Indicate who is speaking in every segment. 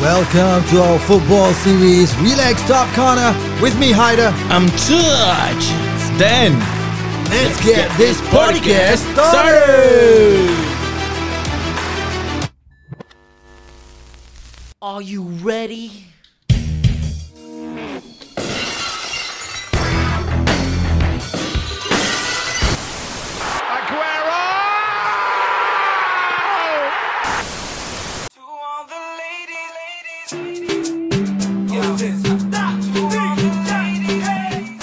Speaker 1: Welcome to our football series. Relax, Top Corner. With me, Hyder.
Speaker 2: I'm Touch. Stan.
Speaker 1: Let's get this podcast started.
Speaker 2: started.
Speaker 3: Are you ready?
Speaker 4: To all the ladies, ladies, ladies. Yo. To all the ladies, ladies.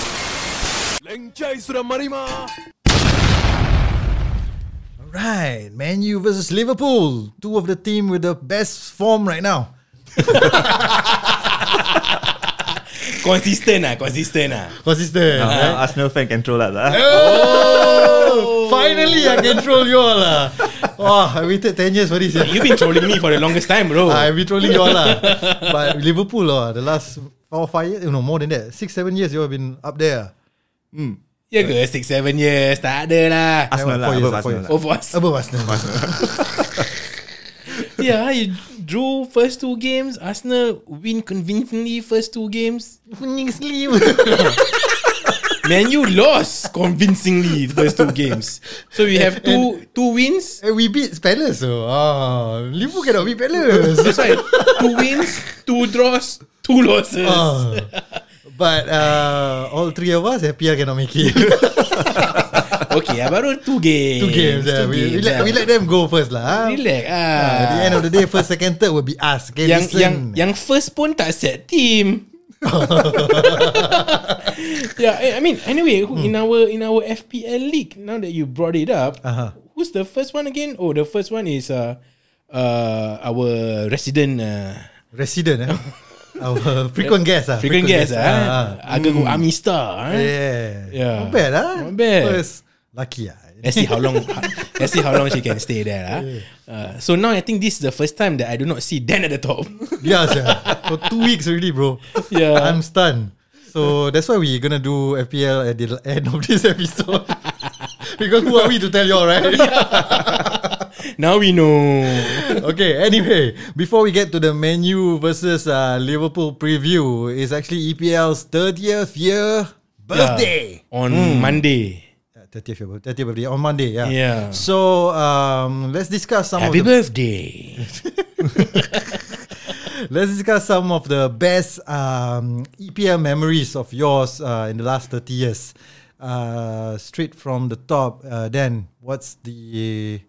Speaker 1: Right, Man U versus Liverpool. Two of the team with the best form right now.
Speaker 2: Consistent lah, consistent lah.
Speaker 1: Consistent.
Speaker 2: Uh-huh.
Speaker 5: Uh, Arsenal fan can troll us lah.
Speaker 1: Oh, finally, I can troll you all. lah.
Speaker 2: ah.
Speaker 1: Oh, I waited 10 years for this. yeah.
Speaker 2: You've been trolling me for the longest time, bro.
Speaker 1: I've been trolling you all. lah. But Liverpool, lah, the last four, five years, no, more than that. Six, seven years, you have been up there.
Speaker 2: Ya ke? 6-7 years. Tak ada lah.
Speaker 1: That
Speaker 5: Arsenal
Speaker 1: one
Speaker 5: lah,
Speaker 1: four years,
Speaker 5: above
Speaker 1: four
Speaker 5: Arsenal
Speaker 1: years.
Speaker 5: lah.
Speaker 2: Oh, for us.
Speaker 1: Above Arsenal.
Speaker 2: Yeah, you drew first two games. Arsenal win convincingly first two games.
Speaker 1: Winning sleeve.
Speaker 2: Man, you lost convincingly the first two games. So we have two two wins.
Speaker 1: And Eh, we beat Palace. So, ah, Liverpool cannot beat Palace.
Speaker 2: That's why two wins, two draws, two losses.
Speaker 1: Ah. But uh, all three of us, FPL cannot make it.
Speaker 2: Okay, ah, baru two games.
Speaker 1: Two games. yeah.
Speaker 2: two
Speaker 1: we, we,
Speaker 2: games,
Speaker 1: let,
Speaker 2: ah.
Speaker 1: we let them go first lah. ah.
Speaker 2: Relax ah.
Speaker 1: At the end of the day, first, second, third will be us. Okay,
Speaker 2: yang
Speaker 1: listen.
Speaker 2: yang yang first pun tak set team. yeah, eh, I- I mean, anyway, who-
Speaker 1: Hmm.
Speaker 2: in our in our FPL league, now that you brought it up,
Speaker 1: Uh-huh.
Speaker 2: who's the first one again? Oh, the first one is uh, uh, our resident
Speaker 1: Ah,
Speaker 2: uh,
Speaker 1: Resident. Eh? Our frequent guest. Ah,
Speaker 2: frequent guest, ah,
Speaker 1: ah, ah.
Speaker 2: Aga mm. Army Star. Eh?
Speaker 1: Yeah.
Speaker 2: Yeah.
Speaker 1: Not bad. Ah.
Speaker 2: Not bad.
Speaker 1: First, lucky. Ah.
Speaker 2: Let's see how long. let's see how long she can stay there. ah.
Speaker 1: Eh.
Speaker 2: Uh, so now I think this is the first time that I do not see Dan at the top.
Speaker 1: Yeah, sia. For two weeks already, bro.
Speaker 2: Yeah.
Speaker 1: I'm stunned. So that's why we're gonna do FPL at the end of this episode. because who are we to tell you all, right?
Speaker 2: now we know.
Speaker 1: okay, anyway, before we get to the menu versus uh, Liverpool preview, it's actually E EPL's 30th year birthday.
Speaker 2: on Monday.
Speaker 1: Yeah, 30th, year, 30th birthday on Monday, yeah.
Speaker 2: Yeah.
Speaker 1: So um, let's discuss some
Speaker 2: Happy
Speaker 1: of the,
Speaker 2: birthday.
Speaker 1: let's discuss some of the best um, EPL memories of yours uh, in the last 30 years. Uh, straight from the top, uh, Dan, what's the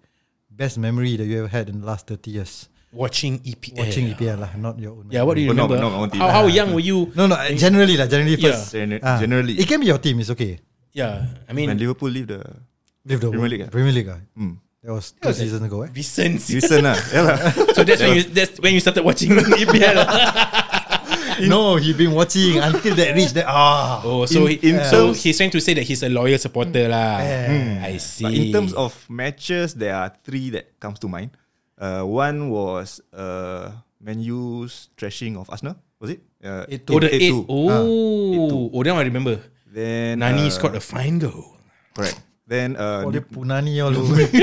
Speaker 1: best memory that you ever had in the last 30 years?
Speaker 2: Watching E EPL.
Speaker 1: Watching EPL lah, not your own.
Speaker 2: Yeah, what do you
Speaker 5: But not-
Speaker 2: remember?
Speaker 5: not on TV.
Speaker 2: how, how young were you?
Speaker 1: No, no, uh, generally lah, generally
Speaker 2: Yeah.
Speaker 1: first.
Speaker 5: Gener-
Speaker 1: Ah.
Speaker 5: Generally,
Speaker 1: It can be your team, it's okay.
Speaker 2: Yeah, I mean,
Speaker 5: when Liverpool leave the
Speaker 1: Leave the
Speaker 5: Premier League ah?
Speaker 1: Premier League. ah.
Speaker 5: Hmm.
Speaker 1: That was two seasons ago. Eh?
Speaker 2: recent.
Speaker 5: season lah, ah, yeah lah.
Speaker 2: So that's when you that's when you started watching E EPL.
Speaker 1: No, he's been watching until that reached that. Ah,
Speaker 2: Oh, so
Speaker 5: In-
Speaker 2: he,
Speaker 5: in
Speaker 2: so
Speaker 5: terms-
Speaker 2: he's trying to say that he's a loyal supporter lah.
Speaker 1: Yeah.
Speaker 2: I see.
Speaker 5: But in terms of matches, there are three that comes to mind. Uh, one was uh, Man U's thrashing of Arsenal. Was it? Uh,
Speaker 2: oh, the eight.
Speaker 5: 8-2.
Speaker 2: Oh, oh, then I remember.
Speaker 5: Then
Speaker 2: Nani
Speaker 5: uh,
Speaker 2: scored a fine goal.
Speaker 5: Correct. Then uh,
Speaker 1: oh, dia
Speaker 5: New-
Speaker 1: punani all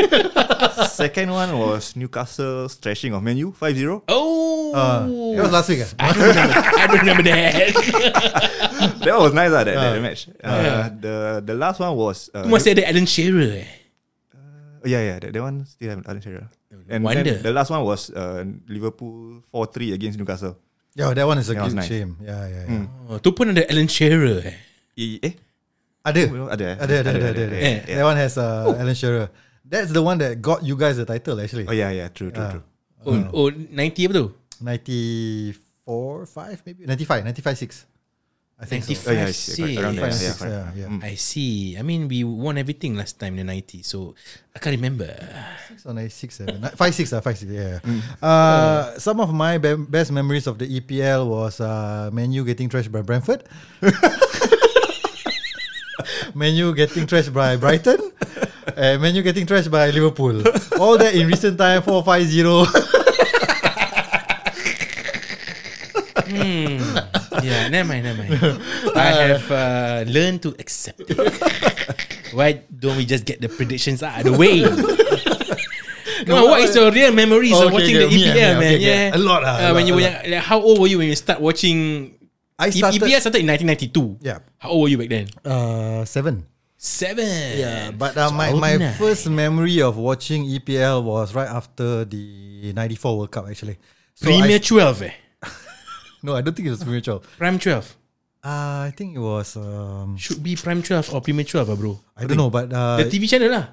Speaker 5: second one was Newcastle's thrashing of Man U 5-0.
Speaker 2: Oh,
Speaker 1: Ah, That was last week. ah?
Speaker 2: I don't remember. I don't remember that.
Speaker 5: That was nice lah. That, that
Speaker 1: Ah.
Speaker 5: match. Uh, The the last one was uh,
Speaker 2: Who must say that Alan Shearer? Eh?
Speaker 5: Oh, Yeah, yeah, that, that one still haven't Alan Shearer. And
Speaker 2: wonder.
Speaker 5: then the last one was uh, Liverpool 4-3 against Newcastle.
Speaker 1: Yeah, that one is a
Speaker 5: That
Speaker 1: good
Speaker 5: was nice. Hmm.
Speaker 1: shame. Yeah, yeah, yeah.
Speaker 2: Oh, tu pun ada Alan Shearer. Eh?
Speaker 5: I, eh?
Speaker 1: Ada.
Speaker 5: Ada, eh?
Speaker 1: Ada, ada, ada, ada. ada.
Speaker 2: Eh,
Speaker 1: That one has uh, Alan Shearer. That's the one that got you guys the title actually.
Speaker 5: Oh yeah, yeah, true, true,
Speaker 1: Ah.
Speaker 5: true.
Speaker 2: Oh, oh, 90 apa tu?
Speaker 1: 94, 5 maybe? 95, 95, 6. I think so.
Speaker 2: 95.
Speaker 5: Oh, yeah, it's correct, around
Speaker 1: 95,
Speaker 5: there, yeah, Mm.
Speaker 1: 6,
Speaker 5: correct.
Speaker 1: yeah, yeah.
Speaker 2: I see. I mean, we won everything last time in the 90s, so I can't remember.
Speaker 1: Six or nine, six, seven, nine, five, six, ah, five, six, yeah. Uh, some of my be- best memories of the EPL was uh, Menu getting trashed by Brentford. Menu getting trashed by Brighton. And Menu getting trashed by Liverpool. All that in recent time, 4 5 0. Hmm.
Speaker 2: yeah, never mind, never mind. I have uh, learned to accept it. Why don't we just get the predictions out of the way? No, what is your real memories
Speaker 1: Oh,
Speaker 2: of
Speaker 1: okay,
Speaker 2: watching
Speaker 1: okay,
Speaker 2: the
Speaker 1: me,
Speaker 2: EPL,
Speaker 1: yeah,
Speaker 2: man?
Speaker 1: okay, okay. A
Speaker 2: Yeah,
Speaker 1: lot lah,
Speaker 2: Uh,
Speaker 1: a lot,
Speaker 2: when you
Speaker 1: a
Speaker 2: were
Speaker 1: lot.
Speaker 2: young, like, how old were you when you start watching? E
Speaker 1: I started-
Speaker 2: EPL started in 1992.
Speaker 1: Yeah.
Speaker 2: How old were you back then?
Speaker 1: Uh, seven.
Speaker 2: Seven.
Speaker 1: Yeah, but uh, my, my
Speaker 2: Sauna.
Speaker 1: first memory of watching EPL was right after the 94 World Cup, actually. So I-
Speaker 2: Premier 12 eh.
Speaker 1: no, I don't think it was Premier 12.
Speaker 2: Prime 12.
Speaker 1: Uh, I think it was, um,
Speaker 2: Should be Prime 12 or Premier 12 ah, bro.
Speaker 1: I don't know, but uh,
Speaker 2: The TV channel lah.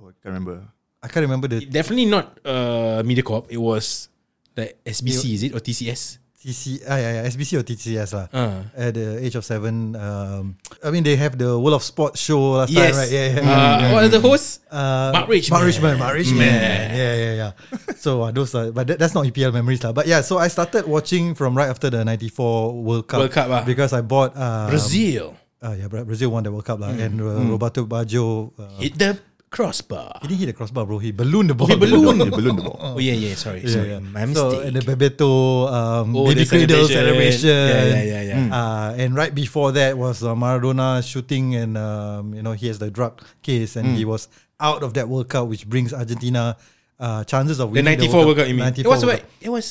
Speaker 5: Oh, I can't remember.
Speaker 1: I can't remember the
Speaker 2: Definitely not uh, MediaCorp. It was the SBC, is it? Or TCS?
Speaker 1: TC, ah, yeah, yeah, SBC or TCS lah.
Speaker 2: Uh.
Speaker 1: At the age of seven, um, I mean, they have the World of Sports show last
Speaker 2: Yes.
Speaker 1: time, right? Yeah, yeah.
Speaker 2: Uh, What was the host?
Speaker 1: Uh,
Speaker 2: Mark Richman.
Speaker 1: Mark Richman. Mark Richman. Yeah, yeah, yeah. so uh, those are, but that, that's not EPL memories lah. But yeah, so I started watching from right after the '94 World Cup.
Speaker 2: World Cup ah.
Speaker 1: because I bought uh,
Speaker 2: Brazil. Mm.
Speaker 1: Uh, yeah, Bra- Brazil won the World Cup lah, and uh, Roberto Baggio. Uh,
Speaker 2: Hit the crossbar.
Speaker 1: he didn't hit the crossbar, bro. He ballooned the ball.
Speaker 2: He ballooned.
Speaker 5: They balloon the ball.
Speaker 2: Oh yeah, yeah. Sorry, sorry.
Speaker 1: Yeah, yeah.
Speaker 2: My
Speaker 1: So and the
Speaker 2: mistake.
Speaker 1: Bebeto um,
Speaker 2: Oh,
Speaker 1: baby
Speaker 2: the
Speaker 1: cradle
Speaker 2: celebration.
Speaker 1: celebration.
Speaker 2: Yeah, yeah, yeah, yeah.
Speaker 1: Uh, and right before that was uh, Maradona shooting, and um, you know he has the drug case, and
Speaker 2: Hmm.
Speaker 1: he was out of that World Cup, which brings Argentina uh, chances of
Speaker 2: The
Speaker 1: winning
Speaker 2: ninety four
Speaker 1: World
Speaker 2: World Cup. You mean? It
Speaker 1: 94
Speaker 2: was
Speaker 1: World
Speaker 2: what? It was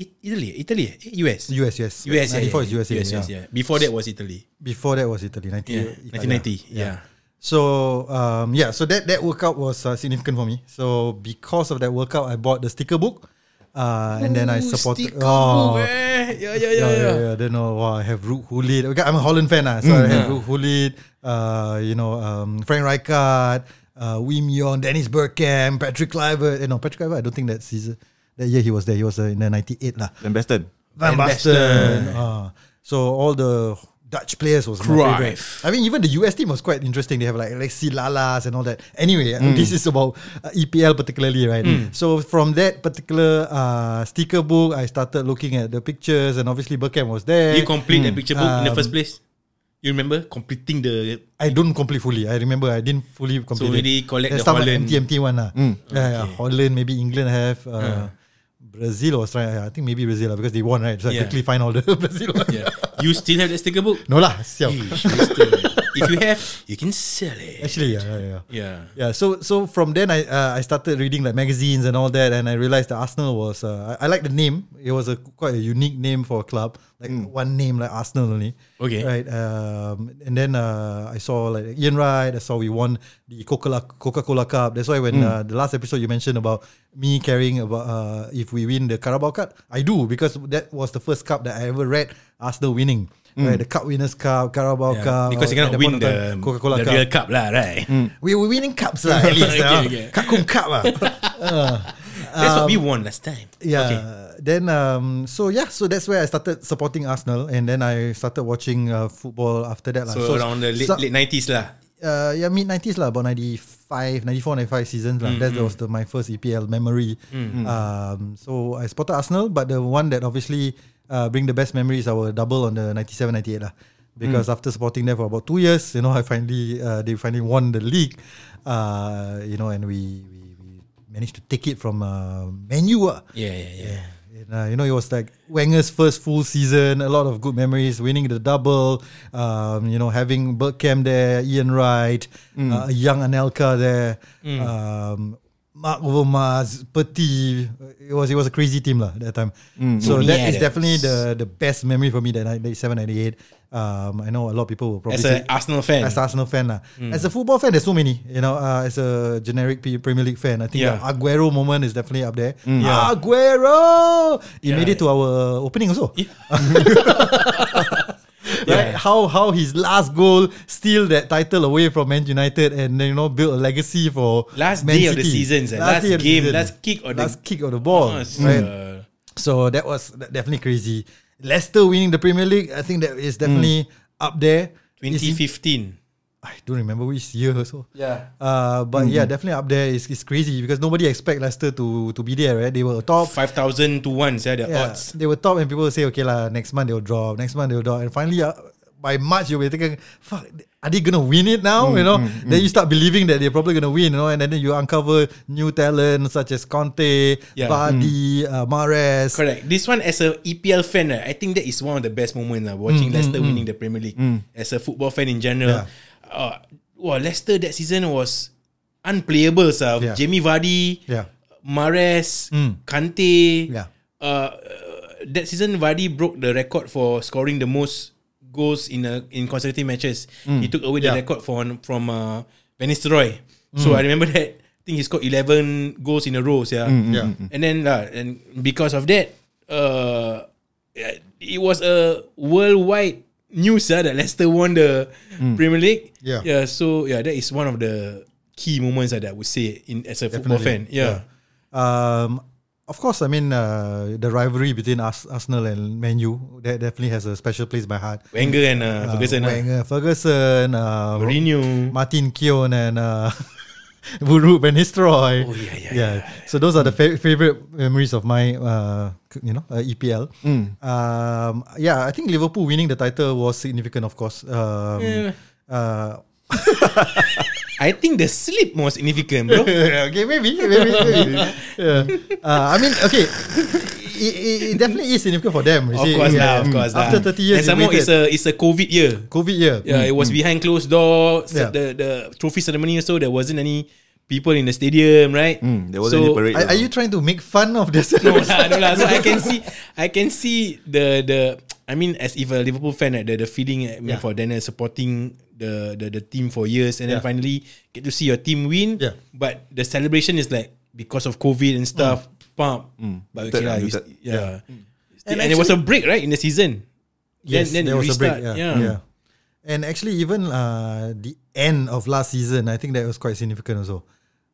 Speaker 2: It- Italy, Italy, eh, US,
Speaker 1: Cup. US, yes,
Speaker 2: US.
Speaker 1: 94
Speaker 2: yeah, yeah,
Speaker 1: is USA.
Speaker 2: US,
Speaker 1: yeah.
Speaker 2: yeah. Before that was Italy.
Speaker 1: Before that was Italy. 90,
Speaker 2: Yeah, nineteen ninety. Yeah.
Speaker 1: So um, yeah, so that that World Cup was uh, significant for me. So because of that World Cup, I bought the sticker book, uh, and then I supported.
Speaker 2: Oh, eh. yeah, yeah, yeah,
Speaker 1: yeah, yeah,
Speaker 2: yeah.
Speaker 1: yeah. Then oh, wow, I have Root Hulit. Okay, I'm a Holland fan, ah, so I have Root Hulit, uh, you know, um, Frank Rijkaard, uh, Wim Yon, Dennis Bergkamp, Patrick Kluivert. Eh, no, Patrick Kluivert, I don't think that season, that year he was there. He was uh, in the 98 lah.
Speaker 5: Van Basten.
Speaker 1: Van Basten. ah. so all the Dutch players was my favorite.
Speaker 2: Cruyff.
Speaker 1: I mean, even the US team was quite interesting. They have like Alexi Lalas and all that. Anyway, uh,
Speaker 2: Mm.
Speaker 1: this is about uh, EPL particularly, right? So from that particular uh, sticker book, I started looking at the pictures, and obviously Bergkamp was there.
Speaker 2: You complete the picture book in the
Speaker 1: Um,
Speaker 2: first place. You remember completing the
Speaker 1: I don't complete fully. I remember I didn't fully complete. it.
Speaker 2: really collect
Speaker 1: There's
Speaker 2: the
Speaker 1: some
Speaker 2: Holland. Mm.
Speaker 1: empty, empty one lah. Yeah, yeah, Holland, maybe England have. Uh, Brazil was right. I think maybe Brazil lah, because they won right. So I
Speaker 2: Yeah.
Speaker 1: quickly find all the Brazil. One.
Speaker 2: yeah. You still have that sticker book?
Speaker 1: No lah, siao.
Speaker 2: Ish, mister. if you have, you can sell it.
Speaker 1: Actually, yeah, yeah, yeah.
Speaker 2: Yeah.
Speaker 1: Yeah, so so from then I uh, I started reading like magazines and all that, and I realized that Arsenal was uh, I, I like the name. It was a quite a unique name for a club, like one name like Arsenal only.
Speaker 2: Hmm. Okay.
Speaker 1: right. Um, and then uh, I saw like Ian Wright. I saw we won the Coca Coca Cola Cup. That's why when
Speaker 2: Hmm.
Speaker 1: uh, the last episode you mentioned about me caring about uh, if we win the Carabao Cup, I do because that was the first cup that I ever read Arsenal winning. Right, the Cup Winners Cup, Carabao
Speaker 2: Hmm. Yeah.
Speaker 1: Cup.
Speaker 2: Because you
Speaker 1: at
Speaker 2: cannot
Speaker 1: that point of
Speaker 2: win
Speaker 1: time,
Speaker 2: the, um,
Speaker 1: Coca-Cola
Speaker 2: the
Speaker 1: Cup. Hmm.
Speaker 2: real cup lah, right?
Speaker 1: We were winning cups lah at least.
Speaker 2: Okay,
Speaker 1: ah.
Speaker 2: okay.
Speaker 1: Kakum cup lah.
Speaker 2: That's what we won last time.
Speaker 1: Um, Yeah.
Speaker 2: Okay.
Speaker 1: Then um so yeah, so that's where I started supporting Arsenal and then I started watching uh, football after that lah.
Speaker 2: So, around the late,
Speaker 1: so-
Speaker 2: late 90s lah.
Speaker 1: uh, yeah, mid 90s lah, about 95, 94, 95 seasons lah. That was the, my first EPL memory. Um, so I supported Arsenal, but the one that obviously uh, bring the best memories our double on the 97, 98 lah. Because after supporting them for about two years, you know, I finally uh, they finally won the league, uh, you know, and we, we, we managed to take it from uh, Manu. ah.
Speaker 2: Yeah, yeah, yeah.
Speaker 1: And, uh, you know, it was like Wenger's first full season, a lot of good memories, winning the double, um, you know, having Bergkamp there, Ian Wright, uh, young Anelka there, um, Mark Overmars, Petit. It was it was a crazy team lah that time. So
Speaker 2: Tony
Speaker 1: that is
Speaker 2: Adams.
Speaker 1: definitely the the best memory for me that 97, 98. Um, I know a lot of people will probably
Speaker 2: As
Speaker 1: say-
Speaker 2: an Arsenal fan.
Speaker 1: as an Arsenal fan lah.
Speaker 2: Hmm.
Speaker 1: As a football fan, there's so many. You know, uh, as a generic P- Premier League fan, I think
Speaker 2: Yeah.
Speaker 1: the
Speaker 2: Hmm.
Speaker 1: Aguero moment is definitely up there.
Speaker 2: Yeah.
Speaker 1: Aguero, he
Speaker 2: Yeah.
Speaker 1: made it to our opening also.
Speaker 2: Yeah.
Speaker 1: Right, how how his last goal steal that title away from Man United and then you know build a legacy for
Speaker 2: Last
Speaker 1: Man
Speaker 2: day of the
Speaker 1: City.
Speaker 2: seasons, eh. Last
Speaker 1: day of the
Speaker 2: game,
Speaker 1: season.
Speaker 2: last kick of the-
Speaker 1: last kick of the ball.
Speaker 2: Ah, so,
Speaker 1: right?
Speaker 2: uh,
Speaker 1: So that was de- definitely crazy. Leicester winning the Premier League, I think that is definitely
Speaker 2: Hmm.
Speaker 1: up there. It's-
Speaker 2: 2015.
Speaker 1: I don't remember which year also.
Speaker 2: Yeah.
Speaker 1: Uh, but
Speaker 2: Hmm.
Speaker 1: yeah, definitely up there. It's, it's crazy because nobody expect Leicester to to be there, right? They were top.
Speaker 2: 5,000 to 1, yeah, the
Speaker 1: Yeah,
Speaker 2: odds.
Speaker 1: they were top, and people say, okay lah, next month they'll drop. Next month they'll drop, and finally. Uh, by March, you'll be thinking, fuck, are they gonna win it now?
Speaker 2: Hmm,
Speaker 1: you know, then you start believing that they're probably gonna win, you know, and then you uncover new talent such as Conte,
Speaker 2: Yeah. Hmm.
Speaker 1: Vardy, uh, Mares.
Speaker 2: Correct. This one, as a EPL fan, right, I think that is one of the best moments uh, watching
Speaker 1: Mm,
Speaker 2: Leicester winning the Premier League. As a football fan in general, uh, wow, Leicester that season was unplayable. Uh,
Speaker 1: Yeah.
Speaker 2: Jamie Vardy,
Speaker 1: Yeah.
Speaker 2: Mares,
Speaker 1: Mm.
Speaker 2: Kante.
Speaker 1: Yeah.
Speaker 2: Uh, that season, Vardy broke the record for scoring the most goals in a, in consecutive matches. He took away the
Speaker 1: Mm. Yeah. Mm.
Speaker 2: record from from uh, Van Nistelrooy. So I remember that. I think he scored 11 goals in a row. Yeah.
Speaker 1: Yeah.
Speaker 2: And then uh, and because of that, uh, it was a worldwide news uh, that Leicester won the
Speaker 1: Mm.
Speaker 2: Premier League.
Speaker 1: Yeah.
Speaker 2: Yeah. So yeah, that is one of the key moments that I would say in as a football fan.
Speaker 1: Definitely.
Speaker 2: Yeah.
Speaker 1: Um, of course, I mean uh, the rivalry between Ars- Arsenal and Man U that definitely has a special place in my heart.
Speaker 2: Wenger and uh,
Speaker 1: Uh,
Speaker 2: Ferguson. Uh,
Speaker 1: Wenger, Ferguson, uh,
Speaker 2: Mourinho.
Speaker 1: Martin Keown, and uh, Buru Van Nistelrooy.
Speaker 2: Oh, yeah, yeah,
Speaker 1: So those are the fa- favorite memories of my, uh, c- you know, uh, EPL.
Speaker 2: Mm.
Speaker 1: Um, yeah, I think Liverpool winning the title was significant, of course. Um,
Speaker 2: Yeah.
Speaker 1: uh,
Speaker 2: I think the sleep was significant, bro.
Speaker 1: okay, maybe, maybe, maybe. Yeah. Uh, I mean, okay, it, it, it definitely is significant for them. you
Speaker 2: of
Speaker 1: see.
Speaker 2: course
Speaker 1: Yeah. Mm.
Speaker 2: lah, of course lah.
Speaker 1: After 30 years,
Speaker 2: and some more it's
Speaker 1: it's a
Speaker 2: a it's a COVID year.
Speaker 1: COVID year.
Speaker 2: Yeah, it was behind closed doors.
Speaker 1: Yeah.
Speaker 2: The the trophy ceremony, so there wasn't any people in the stadium, right?
Speaker 5: Mm, there wasn't any parade.
Speaker 1: Are, are you trying to make fun of this?
Speaker 2: No lah, no lah. So I can see, I can see the the. I mean, as if a Liverpool fan, right, the the feeling I mean,
Speaker 1: Yeah.
Speaker 2: for Daniel supporting the, the the team for years, and
Speaker 1: Yeah.
Speaker 2: then finally get to see your team win.
Speaker 1: Yeah.
Speaker 2: But the celebration is like because of COVID and
Speaker 1: Mm.
Speaker 2: stuff. Pump. But okay
Speaker 5: Muted
Speaker 2: lah,
Speaker 5: lah,
Speaker 2: you
Speaker 5: muted.
Speaker 2: st- yeah.
Speaker 1: And
Speaker 2: And, it was a break right in the season.
Speaker 1: Yes,
Speaker 2: Then- then
Speaker 1: there was a break.
Speaker 2: restart,
Speaker 1: Yeah,
Speaker 2: yeah.
Speaker 1: yeah. Hmm. And actually, even uh, the end of last season, I think that was quite significant also.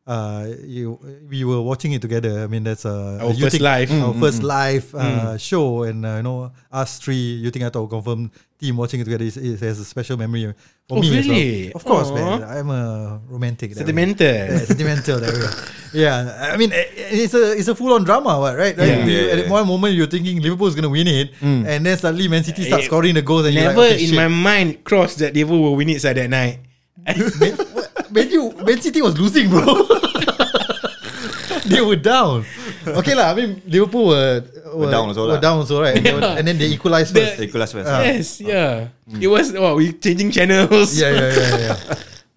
Speaker 1: Uh, you, we were watching it together. I mean, that's a
Speaker 2: Our
Speaker 1: a
Speaker 2: first live. Mm,
Speaker 1: our first live uh, show, and uh, you know, us three, you think I thought confirm team watching it together is, is, has a special memory for
Speaker 2: Oh,
Speaker 1: me as well.
Speaker 2: really?
Speaker 1: Of course,
Speaker 2: Aw.
Speaker 1: man. I'm a romantic. that way. Yeah,
Speaker 2: Sentimental.
Speaker 1: sentimental that way. Yeah, I mean, eh, eh, it's a it's a full on drama, what, right? Like,
Speaker 2: Yeah.
Speaker 1: you- At
Speaker 5: Yeah, yeah.
Speaker 1: one moment you're thinking Liverpool's gonna win it,
Speaker 5: Hmm.
Speaker 1: and then suddenly Man City starts
Speaker 2: Eh,
Speaker 1: scoring the goals, and
Speaker 2: Never
Speaker 1: you're like, okay,
Speaker 2: in
Speaker 1: shit.
Speaker 2: my mind crossed that Liverpool will win it side that night.
Speaker 1: Man, what? Man, U- Man City was losing, bro. they were down. Okay lah, I mean Liverpool were were,
Speaker 5: down also
Speaker 1: were
Speaker 5: lah.
Speaker 1: down also, right? And, they were- and then they equalised
Speaker 2: The-
Speaker 1: first.
Speaker 5: Nicholas first.
Speaker 1: Ah.
Speaker 2: yes, yeah.
Speaker 1: Mm.
Speaker 2: It was oh, we changing channels.
Speaker 1: yeah, yeah, yeah, yeah.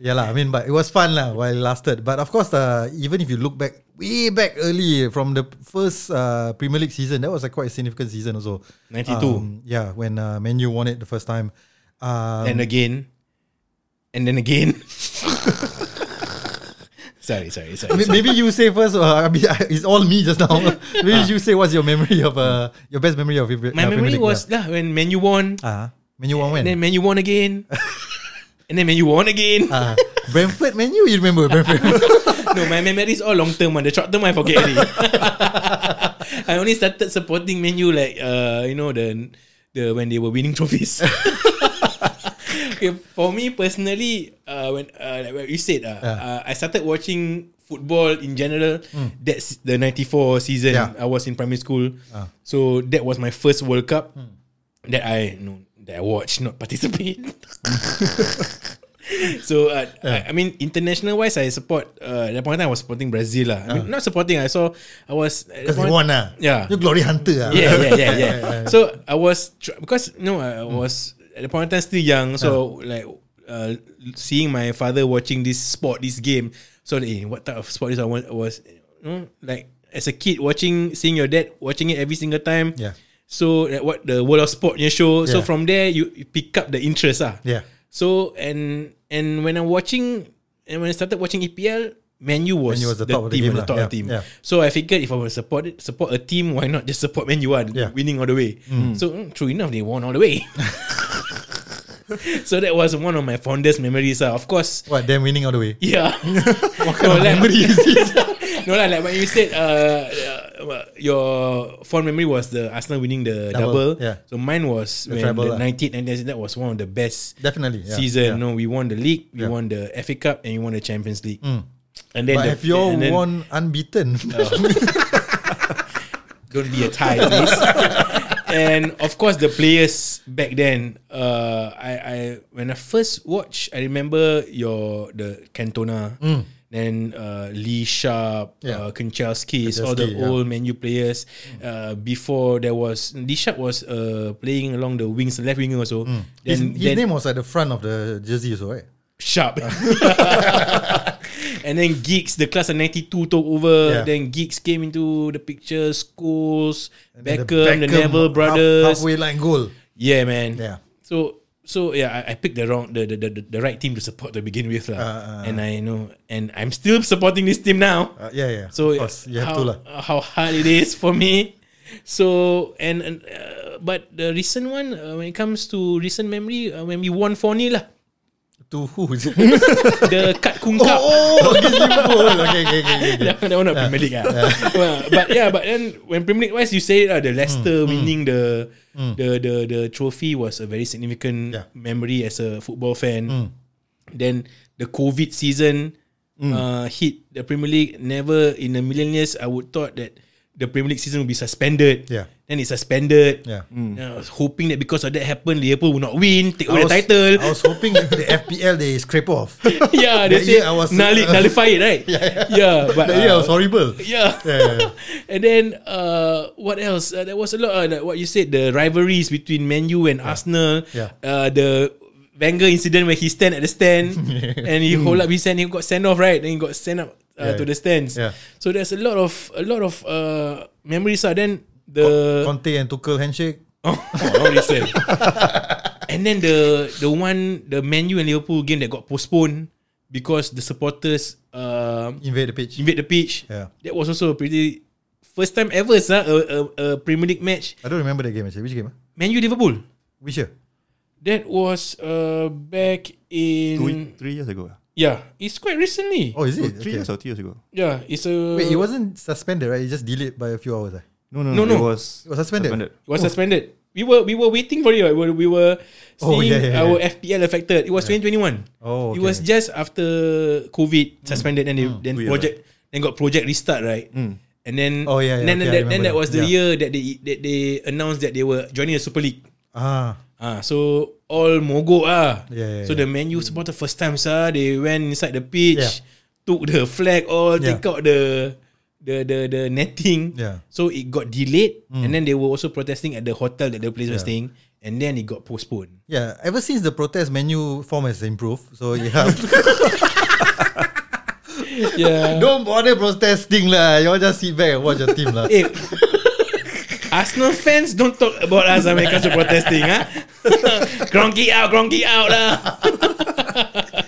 Speaker 1: Yeah lah, I mean, but it was fun lah while it lasted. But of course, uh, even if you look back way back early from the first uh, Premier League season, that was a quite significant season also.
Speaker 2: 92.
Speaker 1: Um, yeah, when uh, Man U won it the first time. Um,
Speaker 2: and again, and then again. sorry, sorry, sorry.
Speaker 1: may-
Speaker 2: sorry.
Speaker 1: maybe you say first. Uh, I mean, it's all me just now. maybe you say what's your memory of uh, your best memory of your,
Speaker 2: My Ah. memory was lah when Menu won,
Speaker 1: uh, Man U won when.
Speaker 2: and then Menu won again, and then Menu won again.
Speaker 1: Ah, Brentford Man U, you remember Brentford?
Speaker 2: no, my memory is all long term. one. The short term I forget already. I only started supporting Menu like uh you know the the when they were winning trophies. okay, for me personally, uh, when uh, like what you said, uh,
Speaker 1: Yeah. Hmm.
Speaker 2: uh, I started watching football in general. That's the '94 season.
Speaker 1: Yeah. Ah.
Speaker 2: I was in primary school, so that was my first World Cup
Speaker 1: Hmm.
Speaker 2: that I no that I watched, not participate. so uh, I, I mean, international wise, I support. Uh, at that point in time, I was supporting Brazil lah. I mean, not supporting. I saw. I was
Speaker 1: Ah.
Speaker 2: at that
Speaker 1: Because they
Speaker 2: point-
Speaker 1: won ah.
Speaker 2: Yeah.
Speaker 1: you glory hunter ah.
Speaker 2: yeah, yeah, yeah, yeah. So I was tr- because no, I was at the point of time still young, so like uh, seeing my father watching this sport, this game. So eh, what type of sport is I want? I was you know, like as a kid watching, seeing your dad watching it every single time.
Speaker 1: Yeah.
Speaker 2: So like, what the world of sport you show. So
Speaker 1: Yeah.
Speaker 2: from there you, you pick up the interest ah.
Speaker 1: Yeah.
Speaker 2: So and and when I'm watching and when I started watching E EPL, Menu was,
Speaker 1: Man U was the top of the
Speaker 2: team,
Speaker 1: game lah.
Speaker 2: the top of
Speaker 1: Yeah,
Speaker 2: the team.
Speaker 1: yeah.
Speaker 2: So I figured if I was support support a team, why not just support Man U are
Speaker 1: Yeah.
Speaker 2: winning all the way? So mm, true enough, they won all the way. so that was one of my fondest memories. ah. Of course,
Speaker 1: What them winning all the way?
Speaker 2: yeah. what
Speaker 1: kind of memory is this?
Speaker 2: no lah, like when you said uh, uh, your fond memory was the Arsenal winning the double.
Speaker 1: Double, yeah.
Speaker 2: So mine was when
Speaker 1: treble
Speaker 2: the
Speaker 1: lah.
Speaker 2: 1990 that was one of the best
Speaker 1: Definitely, yeah,
Speaker 2: season.
Speaker 1: yeah.
Speaker 2: No, we won the league, we
Speaker 1: Yeah. Mm.
Speaker 2: won the FA Cup, and we won the Champions League. And then
Speaker 1: But
Speaker 2: the,
Speaker 1: have you all
Speaker 2: and then-
Speaker 1: won unbeaten?
Speaker 2: don't be a tie please. and of course the players back then uh I, I when I first watched I remember your the Cantona then uh Lee Sharp
Speaker 1: Mm. Yeah.
Speaker 2: uh, Kunchelski all the
Speaker 1: Kunchelski, yeah.
Speaker 2: old menu players uh before there was Lee Sharp was uh playing along the wings left winger also
Speaker 1: Mm. his
Speaker 2: then,
Speaker 1: his
Speaker 2: then
Speaker 1: name was at the front of the jersey, so right?
Speaker 2: Sharp And then gigs, the class of 92 took over.
Speaker 1: Yeah.
Speaker 2: Then gigs came into the picture, schools,
Speaker 1: then
Speaker 2: Beckham, the, Neville
Speaker 1: half-
Speaker 2: brothers.
Speaker 1: halfway line goal.
Speaker 2: yeah, man.
Speaker 1: Yeah.
Speaker 2: So so yeah, I, I picked the wrong the, the, the, the right team to support to begin with.
Speaker 1: Uh,
Speaker 2: lah. and I know and I'm still supporting this team now.
Speaker 1: Uh, yeah, yeah.
Speaker 2: So
Speaker 1: of course, you have
Speaker 2: how,
Speaker 1: to lah.
Speaker 2: how hard it is for me. So and, and uh, but the recent one uh, when it comes to recent memory uh, when we won 4-0 lah
Speaker 1: To who? is it?
Speaker 2: the Kat Kung Cup.
Speaker 1: oh, give him goal. Okay, okay, okay. okay.
Speaker 2: that one, that one not Premier League ah. Well, but yeah, but then when Premier League wise, you say uh, the
Speaker 1: Hmm.
Speaker 2: Leicester winning the the the the trophy was a very significant
Speaker 1: Yeah. Hmm.
Speaker 2: memory as a football fan. Then the COVID season
Speaker 1: Hmm.
Speaker 2: uh, hit the Premier League. Never in a million years I would thought that the Premier League season would be suspended.
Speaker 1: Yeah.
Speaker 2: Then it's suspended. Hmm.
Speaker 1: Yeah.
Speaker 5: Mm.
Speaker 2: I was hoping that because of that happened, Liverpool would not win, take
Speaker 1: I
Speaker 2: over the
Speaker 1: was-
Speaker 2: title.
Speaker 1: I was hoping the FPL they scrape off.
Speaker 2: yeah, they
Speaker 1: That year
Speaker 2: say
Speaker 1: I was-
Speaker 2: nulli- nullify it, right? Yeah, yeah. but
Speaker 1: that year
Speaker 2: uh,
Speaker 1: was horrible.
Speaker 2: yeah.
Speaker 1: Yeah.
Speaker 2: and then uh, what else? Uh, there was a lot. Uh, like what you said, the rivalries between Man U and Arsenal.
Speaker 1: Yeah.
Speaker 2: Uh, the Wenger incident where he stand at the stand and he hold up his hand. He got sent off, right? Then he got sent up uh,
Speaker 1: Yeah.
Speaker 2: to the stands.
Speaker 1: Yeah.
Speaker 2: So there's a lot of a lot of uh, memories. Uh. Then the
Speaker 1: Conte and Tuchel handshake.
Speaker 2: oh, I already said. and then the the one the Man U and Liverpool game that got postponed because the supporters. Um,
Speaker 1: Invade the pitch.
Speaker 2: invade the pitch.
Speaker 1: Yeah.
Speaker 2: That was also a pretty first time ever sah, a, a, a Premier League match.
Speaker 1: I don't remember that game actually. Which game? ah?
Speaker 2: Man U Liverpool.
Speaker 1: Which year?
Speaker 2: That was uh, back in
Speaker 5: Two, three years ago. ah.
Speaker 2: yeah, it's quite recently.
Speaker 1: Oh, is
Speaker 5: Two,
Speaker 1: it?
Speaker 5: three years or two years ago?
Speaker 2: Yeah, it's a
Speaker 1: Wait, it wasn't suspended, right? It just delayed by a few hours. ah.
Speaker 5: No, no,
Speaker 2: No,
Speaker 5: no.
Speaker 2: no.
Speaker 5: It was,
Speaker 1: It was suspended?
Speaker 2: it was suspended. We were we were waiting for it. right? We were, we were
Speaker 1: Oh,
Speaker 2: seeing
Speaker 1: yeah, yeah,
Speaker 2: our
Speaker 1: yeah.
Speaker 2: FPL affected. It was 2021.
Speaker 1: Oh, okay.
Speaker 2: it
Speaker 1: Mm.
Speaker 2: was just after COVID suspended and then then
Speaker 5: Weird,
Speaker 2: project then got project restart right. And
Speaker 1: Mm.
Speaker 2: then
Speaker 1: Oh, yeah, yeah,
Speaker 2: then
Speaker 1: okay, I
Speaker 2: that, then
Speaker 1: remember
Speaker 2: that
Speaker 1: that.
Speaker 2: was the
Speaker 1: Yeah.
Speaker 2: year that they that they announced that they were joining the Super League.
Speaker 1: Ah,
Speaker 2: Ah, so all mogok ah.
Speaker 1: Yeah, yeah,
Speaker 2: so
Speaker 1: yeah.
Speaker 2: the menu supporter first time sah, they went inside the pitch,
Speaker 1: Yeah.
Speaker 2: took the flag, all
Speaker 1: Yeah.
Speaker 2: take out the the the the netting.
Speaker 1: Yeah. Mm.
Speaker 2: So it got delayed, and then they were also protesting at the hotel that the place was
Speaker 1: Yeah.
Speaker 2: staying, and then it got postponed.
Speaker 1: yeah. Ever since the protest, menu form has improved. So yeah,
Speaker 2: Yeah.
Speaker 1: don't bother protesting lah. You all just sit back and watch your team lah.
Speaker 2: Eh, Arsenal fans don't talk about us ah, when it comes to protesting, ah. gronky out, gronky out lah.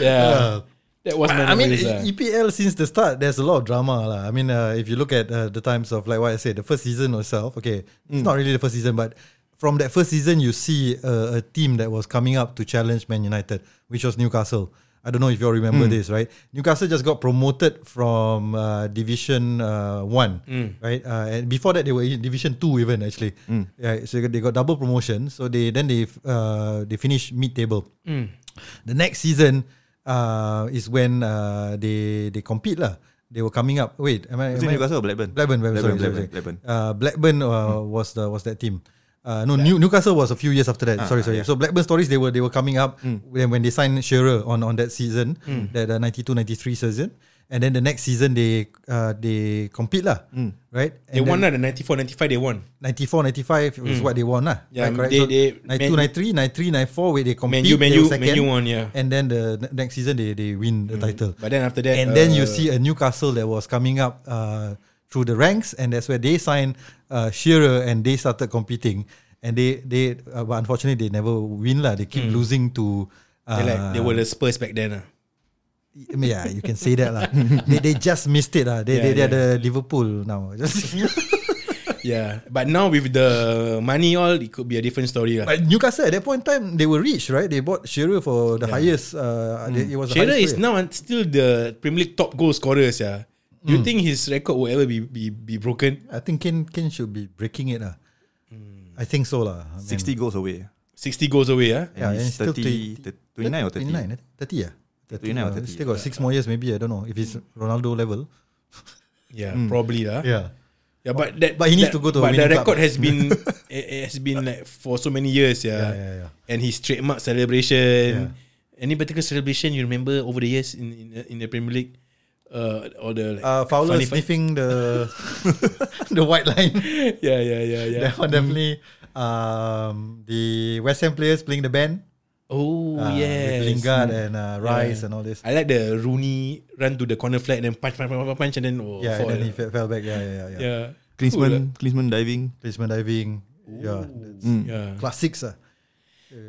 Speaker 2: yeah.
Speaker 1: Uh,
Speaker 2: That was
Speaker 1: I
Speaker 2: my
Speaker 1: mean,
Speaker 2: memories, ah.
Speaker 1: EPL since the start, there's a lot of drama. lah. I mean, uh, if you look at uh, the times of, like what I said, the first season itself, okay, it's not really the first season, but from that first season, you see uh, a team that was coming up to challenge Man United, which was Newcastle. I don't know if you all remember this, right? Newcastle just got promoted from uh, Division uh, 1, right? Uh, and before that, they were in Division 2 even, actually. Yeah, so they got double promotion. So they then they uh, they finished mid-table. The next season uh, is when uh, they they compete lah. They were coming up. Wait, am I?
Speaker 5: Was
Speaker 1: am
Speaker 5: it
Speaker 1: I-
Speaker 5: Newcastle or Blackburn?
Speaker 1: Blackburn, Blackburn, sorry, sorry, sorry.
Speaker 5: Blackburn, Blackburn.
Speaker 1: Uh, Blackburn uh, was the was that team. Uh, no, New, Newcastle was a few years after that.
Speaker 5: Ah,
Speaker 1: sorry, sorry. So Blackburn stories they were they were coming up
Speaker 5: Mm.
Speaker 1: when, when they signed Shearer on, on that season, that uh, 92-93 season, and then the next season they uh, they compete lah,
Speaker 5: Mm.
Speaker 1: right?
Speaker 2: They
Speaker 1: And then-
Speaker 2: won lah, the 94, 95 they won.
Speaker 1: 94, 95 was what they won lah.
Speaker 2: Hmm. Yeah,
Speaker 1: Am I correct? So
Speaker 2: they- they-
Speaker 1: 92,
Speaker 2: Man-
Speaker 1: 93, 93, 94 where they compete.
Speaker 2: Man U, Man
Speaker 1: they
Speaker 2: U,
Speaker 1: were second,
Speaker 2: Man U won, yeah. Hmm.
Speaker 1: And then the ne- next season they they win the title.
Speaker 2: But then after that,
Speaker 1: and then you
Speaker 2: uh,
Speaker 1: see a Newcastle that was coming up uh, through the ranks, and that's where they signed uh, Shearer and they started competing. And they they uh, but unfortunately they never win lah. They keep losing to. Uh,
Speaker 2: Hmm. They like they were the Spurs back then. ah.
Speaker 1: I mean, yeah, you can say that lah. they, they just missed it lah. They,
Speaker 2: Yeah,
Speaker 1: they they're the Liverpool now. Just
Speaker 2: Yeah, but now with the money all, it could be a different story lah.
Speaker 1: But Newcastle at that point in time, they were rich, right? They bought Shearer for the highest. Uh, they- It was the
Speaker 2: Hmm. Shearer
Speaker 1: highest
Speaker 2: is
Speaker 1: player.
Speaker 2: now un- still the Premier League top goal scorer. Yeah, do you think his record will ever be be, be broken?
Speaker 1: I think Kane Kane should be breaking it lah.
Speaker 2: Hmm.
Speaker 1: I think so lah. I mean,
Speaker 5: 60 goals away.
Speaker 2: Sixty goals away. Yeah,
Speaker 1: Yeah, and
Speaker 5: And he's
Speaker 1: still
Speaker 5: 30, 29 or 30?
Speaker 1: 29, I think. 30 yeah. 30,
Speaker 5: 29 or
Speaker 1: uh,
Speaker 5: 30,
Speaker 1: Still got
Speaker 5: yeah.
Speaker 1: six more years, maybe. I don't know if
Speaker 2: Hmm.
Speaker 1: it's Ronaldo level.
Speaker 2: yeah, probably lah.
Speaker 1: Yeah.
Speaker 2: Yeah, but that
Speaker 1: But he needs
Speaker 2: that-
Speaker 1: to go to a
Speaker 2: But the
Speaker 1: winning club.
Speaker 2: record has been it it has been like for so many years. Yeah,
Speaker 1: Yeah, yeah, yeah.
Speaker 2: and his trademark celebration.
Speaker 1: Yeah.
Speaker 2: Any particular celebration you remember over the years in in, in the Premier League? Uh, or the like,
Speaker 1: Uh, Fowler
Speaker 2: funny-
Speaker 1: sniffing the the white line.
Speaker 2: Yeah, yeah, yeah, yeah.
Speaker 1: That one definitely. Um, the West Ham players playing the band.
Speaker 2: Oh
Speaker 1: uh,
Speaker 2: yes. Hmm.
Speaker 1: with Lingard and uh, Rice and all this.
Speaker 2: I like the Rooney run to the corner flag and then punch, punch, punch, punch, punch and then oh,
Speaker 1: yeah,
Speaker 2: fall.
Speaker 1: and then he fe- fell back. Yeah, yeah, yeah. yeah.
Speaker 2: yeah.
Speaker 5: Klinsman, Klinsman diving.
Speaker 1: Placement diving. Yeah, that's
Speaker 2: Cool, yeah.
Speaker 1: classics. Uh.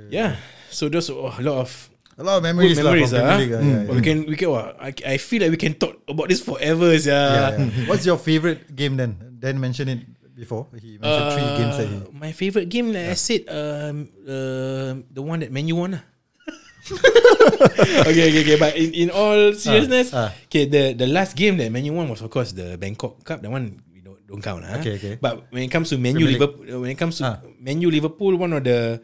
Speaker 2: yeah. So there's oh, a lot of
Speaker 1: A lot of memories,
Speaker 2: Good
Speaker 1: lah
Speaker 2: memories,
Speaker 1: from Premier
Speaker 2: ah.
Speaker 1: League, ah, yeah,
Speaker 2: But we can we can wow, I, I feel like we can talk about this forever, yeah.
Speaker 1: yeah, yeah.
Speaker 2: hmm.
Speaker 1: What's your favorite game then? Dan mentioned it before. He mentioned three
Speaker 2: Uh,
Speaker 1: games that he.
Speaker 2: My favorite game, like I said, um, uh, the one that Menu won. lah. okay, okay, okay. But in, in all seriousness,
Speaker 1: ah.
Speaker 2: okay, the, the last game that Menu won was of course the Bangkok Cup. That one we don't, don't count, huh?
Speaker 1: Okay, okay.
Speaker 2: But when it comes to Menu
Speaker 1: Premier League.
Speaker 2: Liverpool, uh, when it comes to
Speaker 1: Ah.
Speaker 2: Menu Liverpool, one of the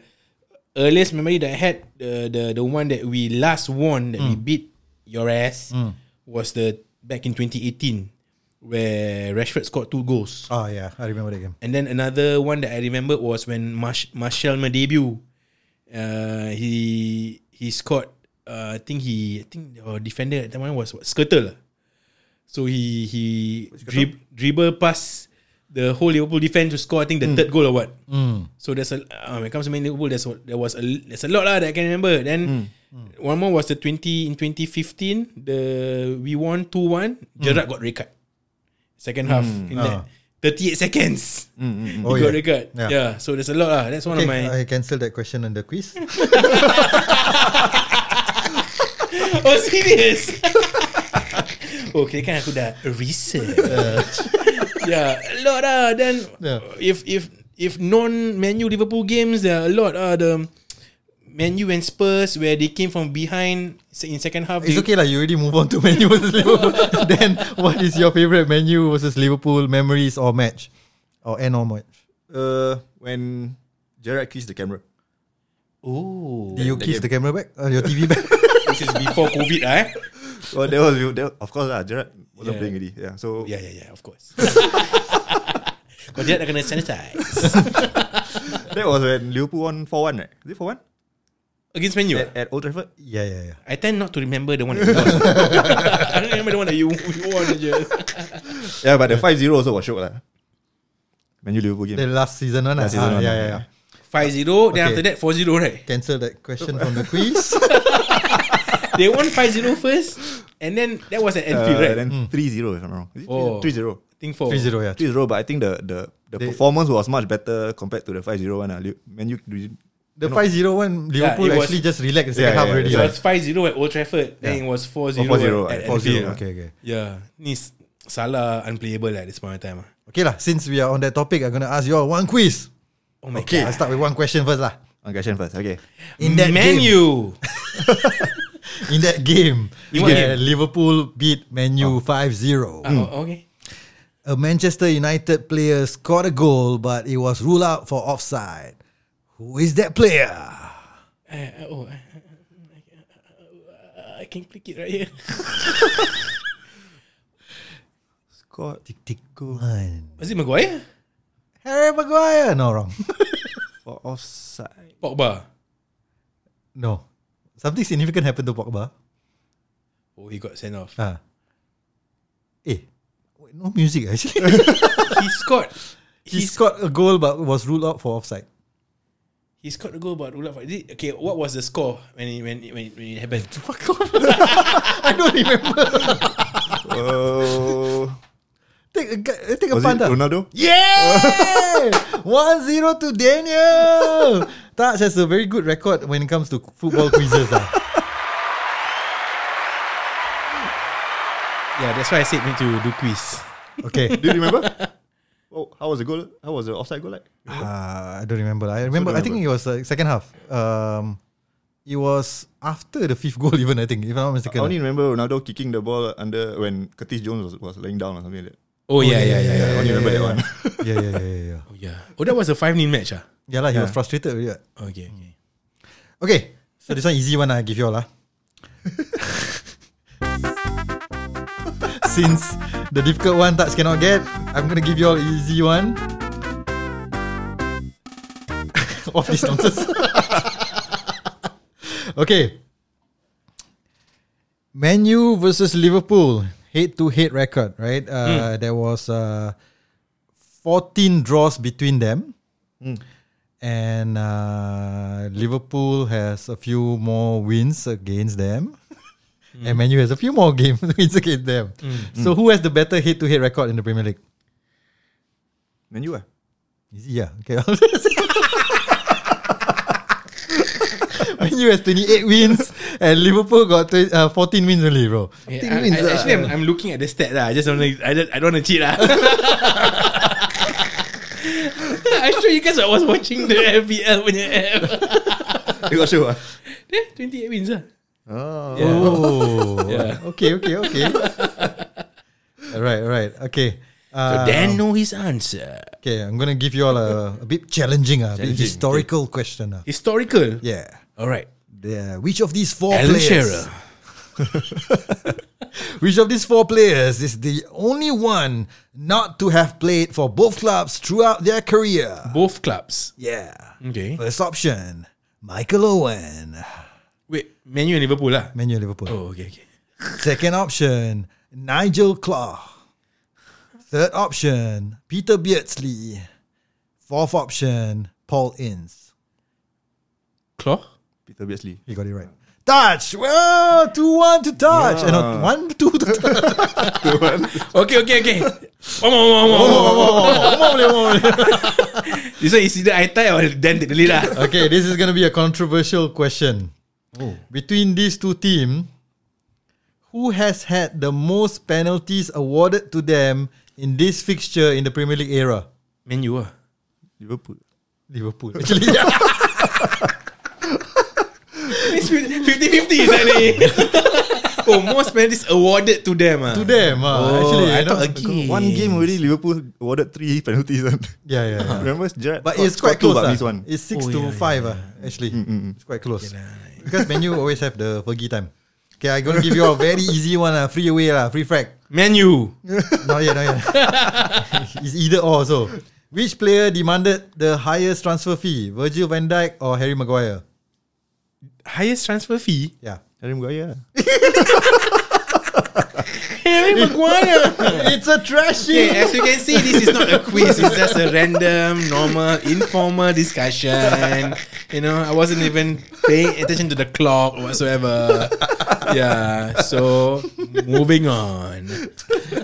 Speaker 2: earliest memory that I had, uh, the the one that we last won that we
Speaker 1: Hmm.
Speaker 2: beat your ass was the back in 2018 where Rashford scored two goals.
Speaker 1: Oh yeah, I remember that game.
Speaker 2: And then another one that I remembered was when Marsh, Marshall my debut. Uh, he he scored. Uh, I think he I think our defender at that one was what, Skirtle. So he he drib- dribble past the whole Liverpool defense to score. I think the third goal or what. So there's a uh, when it comes to Man Liverpool, there's a, there was a there's a lot lah that I can remember. Then one more was the twenty in twenty fifteen. The we won two one. Gerard got red card. Second half in
Speaker 1: Ah.
Speaker 2: that thirty eight seconds.
Speaker 5: Mm,
Speaker 1: Oh
Speaker 2: You got
Speaker 1: yeah.
Speaker 2: the card.
Speaker 1: Yeah.
Speaker 2: Yeah. So there's a lot lah. That's one
Speaker 1: Okay, Oh,
Speaker 2: of
Speaker 1: I
Speaker 2: my.
Speaker 1: cancelled that question on the quiz.
Speaker 2: oh serious. oh kira kan aku dah research. yeah, a lot lah. Then
Speaker 1: Yeah.
Speaker 2: if if if non menu Liverpool games, there are a lot ah the menu and Spurs where they came from behind se- in second half.
Speaker 1: It's
Speaker 2: they-
Speaker 1: okay lah. You already move on to menu versus Liverpool. then, what is your favorite menu versus Liverpool memories or match, or and or match?
Speaker 5: Uh, when Gerard kissed the camera.
Speaker 2: Oh,
Speaker 1: Did you
Speaker 5: the
Speaker 1: kiss the
Speaker 5: game.
Speaker 1: camera back? Uh, your TV back?
Speaker 2: this is before COVID ah. eh?
Speaker 5: Oh, that was that, of course lah. Gerard wasn't
Speaker 2: Yeah.
Speaker 5: playing already. Yeah. So
Speaker 2: Yeah, yeah, yeah. Of course. Kau dia nak kena sanitize
Speaker 5: that was when Liverpool won four one. Right? Is it four one
Speaker 2: against menu.
Speaker 5: at, at Old Trafford?
Speaker 1: Yeah, yeah, yeah.
Speaker 2: I tend not to remember the one that you won. I don't remember the one that you, you won. Je.
Speaker 5: Yeah, but the 5-0 also was shook lah. Man, you Liverpool game.
Speaker 1: The last season one. ah.
Speaker 5: Last season
Speaker 1: Ah,
Speaker 5: one,
Speaker 1: yeah,
Speaker 5: yeah,
Speaker 1: yeah, yeah.
Speaker 5: yeah.
Speaker 2: 5-0, then
Speaker 1: Okay.
Speaker 2: after that 4-0, right?
Speaker 1: Cancel that question from the quiz.
Speaker 2: They won 5-0 first, and then that was at
Speaker 5: Uh,
Speaker 2: Anfield, right?
Speaker 5: Then 3-0 if I'm wrong. Is it
Speaker 2: mm. Oh.
Speaker 5: 3-0.
Speaker 2: I think 4.
Speaker 1: 3-0, yeah.
Speaker 5: 3-0, but I think the the, the
Speaker 1: They-
Speaker 5: performance was much better compared to the 5-0 one. Uh. Man, you did-
Speaker 1: The 5-0 one, Liverpool
Speaker 2: it was-
Speaker 1: actually just relaxed the second
Speaker 5: Yeah,
Speaker 1: half
Speaker 5: yeah,
Speaker 1: already.
Speaker 2: So
Speaker 5: yeah.
Speaker 1: right?
Speaker 2: it was 5-0 at Old Trafford, then
Speaker 1: Yeah.
Speaker 2: it was 4-0,
Speaker 5: Oh, 4-0
Speaker 2: at,
Speaker 5: at
Speaker 1: 4-0.
Speaker 2: at Anfield.
Speaker 1: Okay, okay.
Speaker 2: Yeah. Ni s- Salah unplayable at this point in time. ah.
Speaker 1: Okay lah, since we are on that topic, I'm going to ask you all one quiz.
Speaker 2: Oh my
Speaker 1: Okay, I
Speaker 2: god.
Speaker 1: start with one question first lah.
Speaker 5: Okay, Shen ah, first. Okay.
Speaker 1: In that game,
Speaker 2: menu.
Speaker 1: in that game,
Speaker 2: In what
Speaker 1: where
Speaker 2: game? Oh. Ah.
Speaker 1: Liverpool beat Man U 5-0.
Speaker 2: okay.
Speaker 1: A Manchester United player scored a goal, but it was ruled out for offside. Who is that player?
Speaker 2: Uh, oh, I, eh, I can click it right here.
Speaker 5: Scott.
Speaker 1: One.
Speaker 2: Was it Maguire?
Speaker 1: Harry Maguire. No, wrong.
Speaker 5: For offside.
Speaker 2: Pogba.
Speaker 1: no. Something significant happened to Pogba.
Speaker 2: Oh, he got sent off.
Speaker 1: Ah. Eh, wait, no music actually.
Speaker 2: he scored.
Speaker 1: he scored a goal but was ruled out for offside.
Speaker 2: He scored the goal, but Ulaf, is it- okay, what was the score when it, when it, when it, when it happened?
Speaker 1: Fuck off. I don't remember.
Speaker 5: Oh.
Speaker 1: Take a, gu- eh, take a
Speaker 5: was
Speaker 1: punt lah.
Speaker 5: it Ronaldo?
Speaker 1: Yeah! 1-0 to Daniel. Taj has a very good record when it comes to football quizzes. ah. lah.
Speaker 2: Yeah, that's why I said need to do quiz.
Speaker 1: Okay.
Speaker 5: Do you remember? oh, how was the goal? How was the offside goal like?
Speaker 1: Uh, I don't remember. lah. I remember.
Speaker 5: don't
Speaker 1: I think it was uh, second half. Um, it was after the fifth goal, even I think, if I'm not
Speaker 5: I
Speaker 1: mistaken.
Speaker 5: only remember Ronaldo kicking the ball under when Curtis Jones was, was laying down or something like that.
Speaker 2: Oh, yeah, yeah, yeah, yeah.
Speaker 5: I only remember that one.
Speaker 1: yeah, yeah, yeah, yeah, yeah.
Speaker 2: Oh, yeah. Oh, that was a 5 0 match, ah.
Speaker 1: Yeah, lah. He was
Speaker 5: Yeah.
Speaker 1: frustrated. ah. Really. what.
Speaker 2: Okay, okay.
Speaker 1: Okay, so this one easy one I give you all ah. lah. Since the difficult one touch cannot get, I'm gonna give you all easy one. Off this nonsense. okay. Menu versus Liverpool head to head record, right? Uh, There was uh, 14 draws between them and uh, Liverpool has a few more wins against them. And Manu has a few more game wins against them. So who has the better head-to-head record in the Premier League?
Speaker 5: Man U ah.
Speaker 1: Is it? Yeah. Okay. Manu has 28 wins and Liverpool got twen- uh, 14 wins only, bro. 14
Speaker 2: Yeah, I,
Speaker 1: wins,
Speaker 2: I,
Speaker 1: ah.
Speaker 2: actually, I'm, I'm looking at the stat lah. I just don't. I don't. I don't want to cheat ah. lah. I'm sure you guys are was watching the FBL punya app.
Speaker 5: They got show ah.
Speaker 2: Yeah, 28 wins ah. lah.
Speaker 5: Oh.
Speaker 1: Oh,
Speaker 2: Yeah.
Speaker 1: okay, okay, okay. right, right, okay. Uh,
Speaker 2: Dan know his answer.
Speaker 1: okay, I'm gonna give you all a, a bit challenging, uh, a bit
Speaker 2: Challenging,
Speaker 1: historical question. Uh.
Speaker 2: Historical.
Speaker 1: Yeah,
Speaker 2: All right.
Speaker 1: yeah. Which of these four
Speaker 2: Alan
Speaker 1: players?
Speaker 2: Shearer.
Speaker 1: Which of these four players is the only one not to have played for both clubs throughout their career?
Speaker 2: Both clubs.
Speaker 1: Yeah.
Speaker 2: Okay.
Speaker 1: First option, Michael Owen,
Speaker 2: Wait, Menu and Liverpool lah.
Speaker 1: Manuel Liverpool.
Speaker 2: Oh, okay, okay.
Speaker 1: Second option, Nigel Claw. Third option, Peter Beardsley. Fourth option, Paul Ince.
Speaker 2: Claw.
Speaker 5: Peter Beardsley.
Speaker 1: You got it right. Touch. Well, two one to touch. And uh, one two. To touch.
Speaker 2: Okay, okay, okay. One more, one more, one more. This one is either I tie or Dan take the lead lah.
Speaker 1: okay, this is gonna be a controversial question. Oh. Between these two teams, who has had the most penalties awarded to them in this fixture in the Premier League era?
Speaker 2: Menu lah.
Speaker 5: Liverpool.
Speaker 1: Liverpool. Actually, yeah.
Speaker 2: It's 50-50 is ni. oh, most penalties awarded to them ah.
Speaker 1: to them. ah.
Speaker 2: Oh,
Speaker 1: actually,
Speaker 2: I
Speaker 1: you know.
Speaker 2: thought again.
Speaker 5: One game already Liverpool awarded three penalties. ah.
Speaker 1: Yeah, yeah. yeah.
Speaker 5: Remember Gerrard?
Speaker 1: But
Speaker 5: scored-
Speaker 1: it's quite
Speaker 5: scored
Speaker 1: close.
Speaker 5: two, but
Speaker 1: ah.
Speaker 5: missed one.
Speaker 1: It's six
Speaker 2: Oh,
Speaker 1: to
Speaker 2: yeah, yeah,
Speaker 1: five. ah, Actually, it's quite close. Because Menu always have the Fergie time. Okay, I'm gonna give you a very easy one. Uh, free away lah, free frag.
Speaker 2: Menu.
Speaker 1: No, yeah, no, yeah. it's either or. So, which player demanded the highest transfer fee, Virgil Van Dijk or Harry Maguire?
Speaker 2: Highest transfer fee.
Speaker 1: Yeah,
Speaker 5: Harry Maguire.
Speaker 2: Harry Maguire.
Speaker 1: it's a trashy.
Speaker 2: Okay, as you can see, this is not a quiz. It's just a random, normal, informal discussion. You know, I wasn't even paying attention to the clock whatsoever. Yeah, so moving on.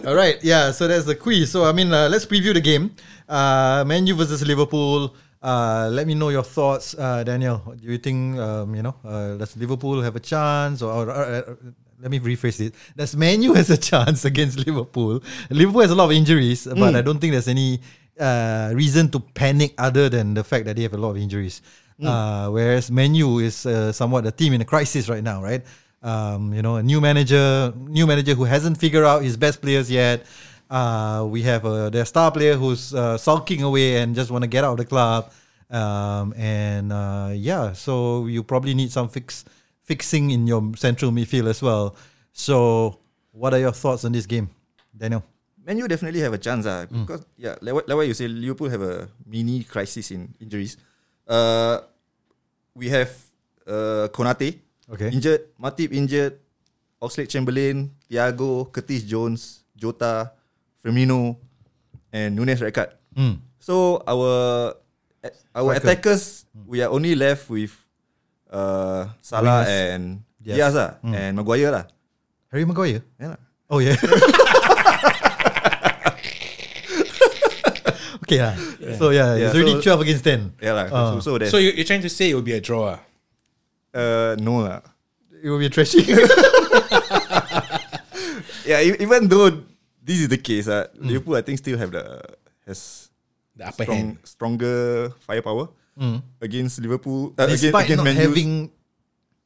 Speaker 1: All right, yeah. So that's the quiz. So I mean, uh, let's preview the game. Uh, Man U versus Liverpool. Uh, let me know your thoughts, uh, Daniel. Do you think um, you know uh, does Liverpool have a chance, or, or- or- or- let me rephrase it? Does Man U has a chance against Liverpool? Liverpool has a lot of injuries, but I don't think there's any uh, reason to panic other than the fact that they have a lot of injuries. Uh, whereas Man U is uh, somewhat a team in a crisis right now, right? Um, you know, a new manager, new manager who hasn't figured out his best players yet. Uh, we have uh, their star player who's uh, sulking away and just want to get out of the club. Um, and uh, yeah, so you probably need some fix fixing in your central midfield as well. So, what are your thoughts on this game, Daniel?
Speaker 5: Man U definitely have a chance ah
Speaker 1: Mm.
Speaker 5: because yeah like what, like what you say Liverpool have a mini crisis in injuries. Uh, we have uh Konate
Speaker 1: Okay.
Speaker 5: injured, Matip injured, Oxlade Chamberlain, Thiago, Curtis Jones, Jota, Firmino, and Nunes Rekard.
Speaker 1: Mm.
Speaker 5: So our our attackers
Speaker 1: Mm.
Speaker 5: we are only left with uh Salah
Speaker 1: Wingers.
Speaker 5: and
Speaker 1: Yes. Mm.
Speaker 5: Diaz ah, and Maguire lah.
Speaker 1: Harry Maguire.
Speaker 5: Yeah lah.
Speaker 1: Oh yeah. okay lah. So yeah,
Speaker 5: Yeah,
Speaker 1: it's already
Speaker 5: so-
Speaker 1: twelve against ten.
Speaker 5: Yeah lah.
Speaker 1: Ah.
Speaker 5: So, so that
Speaker 2: So you- you're trying to say it will be a draw? ah?
Speaker 5: uh no lah.
Speaker 1: It will be trashy.
Speaker 5: Yeah, e- even though this is the case, uh,
Speaker 1: Mm.
Speaker 5: Liverpool I think still have the has
Speaker 2: The upper hand.
Speaker 5: strong, stronger firepower against Liverpool uh, against,
Speaker 1: Mm. Despite
Speaker 5: against
Speaker 1: not
Speaker 5: Man U's-
Speaker 1: having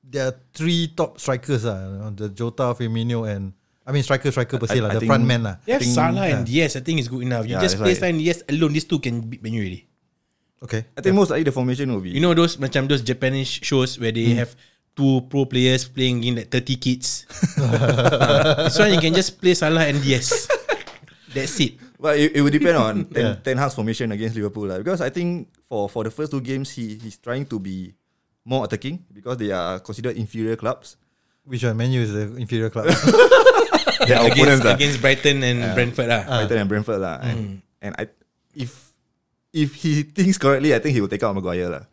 Speaker 1: their three top strikers ah, the Jota, Firmino, and I mean striker, striker per se
Speaker 5: I-
Speaker 1: lah,
Speaker 5: I
Speaker 1: the
Speaker 5: think-
Speaker 1: front man lah.
Speaker 2: They have
Speaker 5: think-
Speaker 2: Salah and Diaz. I think it's good enough. You
Speaker 5: Yeah,
Speaker 2: just
Speaker 5: that's
Speaker 2: play
Speaker 5: why-
Speaker 2: Salah and Diaz alone. These two can beat Menu already.
Speaker 1: Okay.
Speaker 5: I think most likely the formation will be
Speaker 2: You know those macam those Japanese shows where they
Speaker 5: Hmm.
Speaker 2: have two pro players playing in like 30 kids. this one you can just play Salah and Diaz. That's it.
Speaker 5: Well, it, it will depend on ten,
Speaker 1: Yeah.
Speaker 5: ten Hag's formation against Liverpool lah. Because I think for for the first two games, he he's trying to be more attacking because they are considered inferior clubs.
Speaker 1: Which one? Menu is the inferior club.
Speaker 5: They are
Speaker 2: Against,
Speaker 5: opponents lah,
Speaker 2: against Mm. Brighton and Brentford lah.
Speaker 1: Ah.
Speaker 5: Brighton and Brentford lah. And, and I if if he thinks correctly, I think he will take out Maguire lah.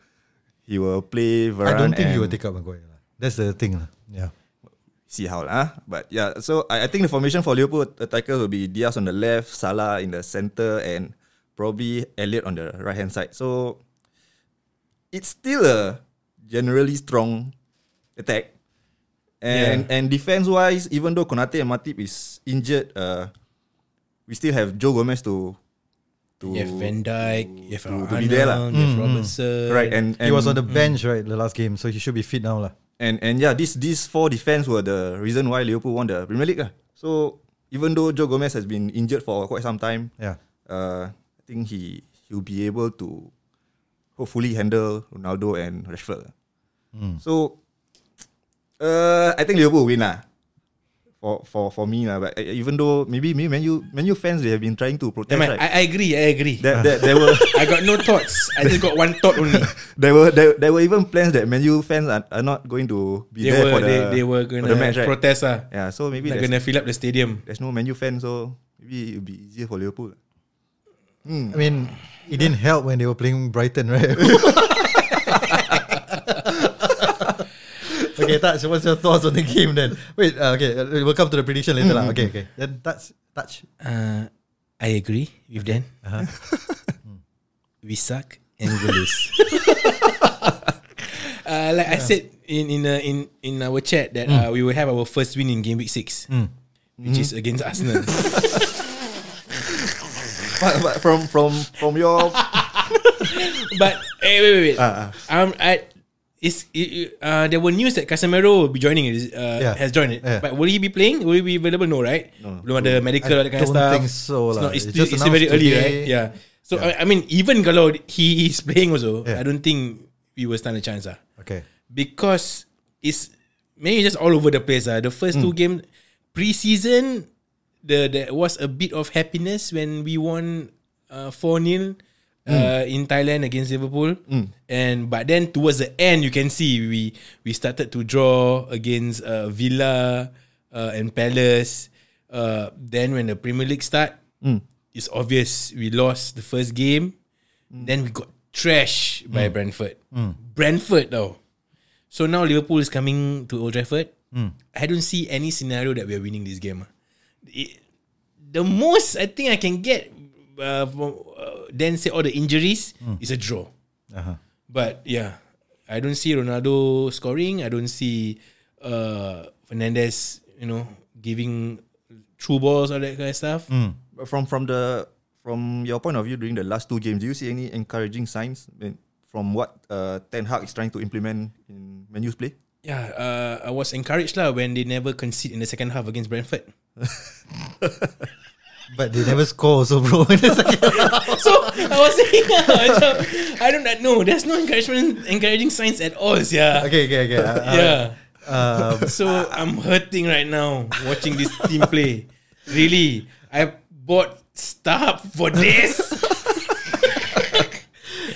Speaker 5: He will play
Speaker 1: I
Speaker 5: Varane.
Speaker 1: don't think he will
Speaker 5: and
Speaker 1: take up Maguire. lah. That's the thing. lah. Yeah.
Speaker 5: see how lah. ah. But yeah, so I, I think the formation for Liverpool attackers will be Diaz on the left, Salah in the center, and probably Elliot on the right hand side. So it's still a generally strong attack. And and defense wise, even though Konate and Matip is injured, uh, we still have Joe Gomez to to
Speaker 2: You have Van Dijk, you have
Speaker 5: to-
Speaker 2: Arnold,
Speaker 5: to be there lah.
Speaker 2: you have Robertson.
Speaker 5: right and,
Speaker 1: Uh,
Speaker 5: and mm.
Speaker 1: he was on the bench right the last game, so he should be fit now. lah.
Speaker 5: And and yeah, these these four defense were the reason why Liverpool won the Premier League. lah. So even though Joe Gomez has been injured for quite some time,
Speaker 1: Yeah.
Speaker 5: uh, I think he he'll be able to hopefully handle Ronaldo and Rashford. lah. So uh, I think Liverpool will win lah. For for for me lah, but uh, even though maybe maybe menu menu fans they have been trying to protest
Speaker 2: Never mind.
Speaker 5: right.
Speaker 2: I, I agree, I agree.
Speaker 5: there, there, there were
Speaker 2: I got no thoughts. I just got one thought only.
Speaker 5: there were there, there were even plans that menu fans are, are not going to
Speaker 2: They
Speaker 5: be there
Speaker 2: were
Speaker 5: for the
Speaker 2: they, they were
Speaker 5: for
Speaker 2: gonna
Speaker 5: the match, right?
Speaker 2: protest ah.
Speaker 5: Yeah, so maybe
Speaker 2: They're
Speaker 5: there's,
Speaker 2: gonna fill up the stadium.
Speaker 5: there's no menu fan, so maybe it'll be easier for Liverpool.
Speaker 1: I mean, it didn't help when they were playing Brighton, right? okay, touch. What's your thoughts on the game then? Wait, uh, okay, uh, we'll come to the prediction later,
Speaker 5: Mm.
Speaker 1: lah. Okay, okay. Then touch, touch.
Speaker 2: Uh, I agree with Dan. we suck and we lose. uh, like I said in in uh, in in our chat that uh, we will have our first win in game week six, which is against Arsenal.
Speaker 5: But, but from from from your
Speaker 2: but eh, wait wait wait.
Speaker 5: Uh, Ah,
Speaker 2: Um, I. Is it, uh, there were news that Casemiro will be joining. is- Uh,
Speaker 1: Yeah.
Speaker 2: Has joined it,
Speaker 1: Yeah.
Speaker 2: but will he be playing? Will he be available? No, right? No, Belum ada medical
Speaker 1: I
Speaker 2: that kind of
Speaker 1: don't
Speaker 2: stuff.
Speaker 1: think so
Speaker 2: It's,
Speaker 1: lah.
Speaker 2: not, it's,
Speaker 1: It's
Speaker 2: still,
Speaker 1: just
Speaker 2: it's still very
Speaker 1: announced today.
Speaker 2: early, right? Yeah. So I, I mean, even kalau he is playing also,
Speaker 1: Yeah.
Speaker 2: I don't think we will stand a chance ah
Speaker 1: Okay.
Speaker 2: because it's maybe just all over the place. Uh. The first two games, preseason, the there was a bit of happiness when we won uh, 4 0 uh, in Thailand against Liverpool. And but then towards the end, you can see we we started to draw against uh, Villa uh, and Palace. Uh, then when the Premier League start, it's obvious we lost the first game. Then we got trashed by Brentford. Brentford though. So now Liverpool is coming to Old Trafford. I don't see any scenario that we are winning this game. ah. It- the most I think I can get uh, from uh, then say all the injuries is a draw.
Speaker 1: Uh-huh.
Speaker 2: But yeah, I don't see Ronaldo scoring. I don't see uh, Fernandez, you know, giving true balls all that kind of stuff.
Speaker 5: from from the from your point of view during the last two games, do you see any encouraging signs in- from what uh, Ten Hag is trying to implement in Menu's play?
Speaker 2: Yeah, uh, I was encouraged lah when they never concede in the second half against Brentford.
Speaker 1: But they never score, so bro. in the second half.
Speaker 2: So I was saying, macam, I don't know. There's no encouragement, encouraging signs at all. Yeah,
Speaker 1: okay, okay, okay. Uh,
Speaker 2: yeah.
Speaker 1: uh,
Speaker 2: so I'm hurting right now watching this team play. Really, I bought stuff for this.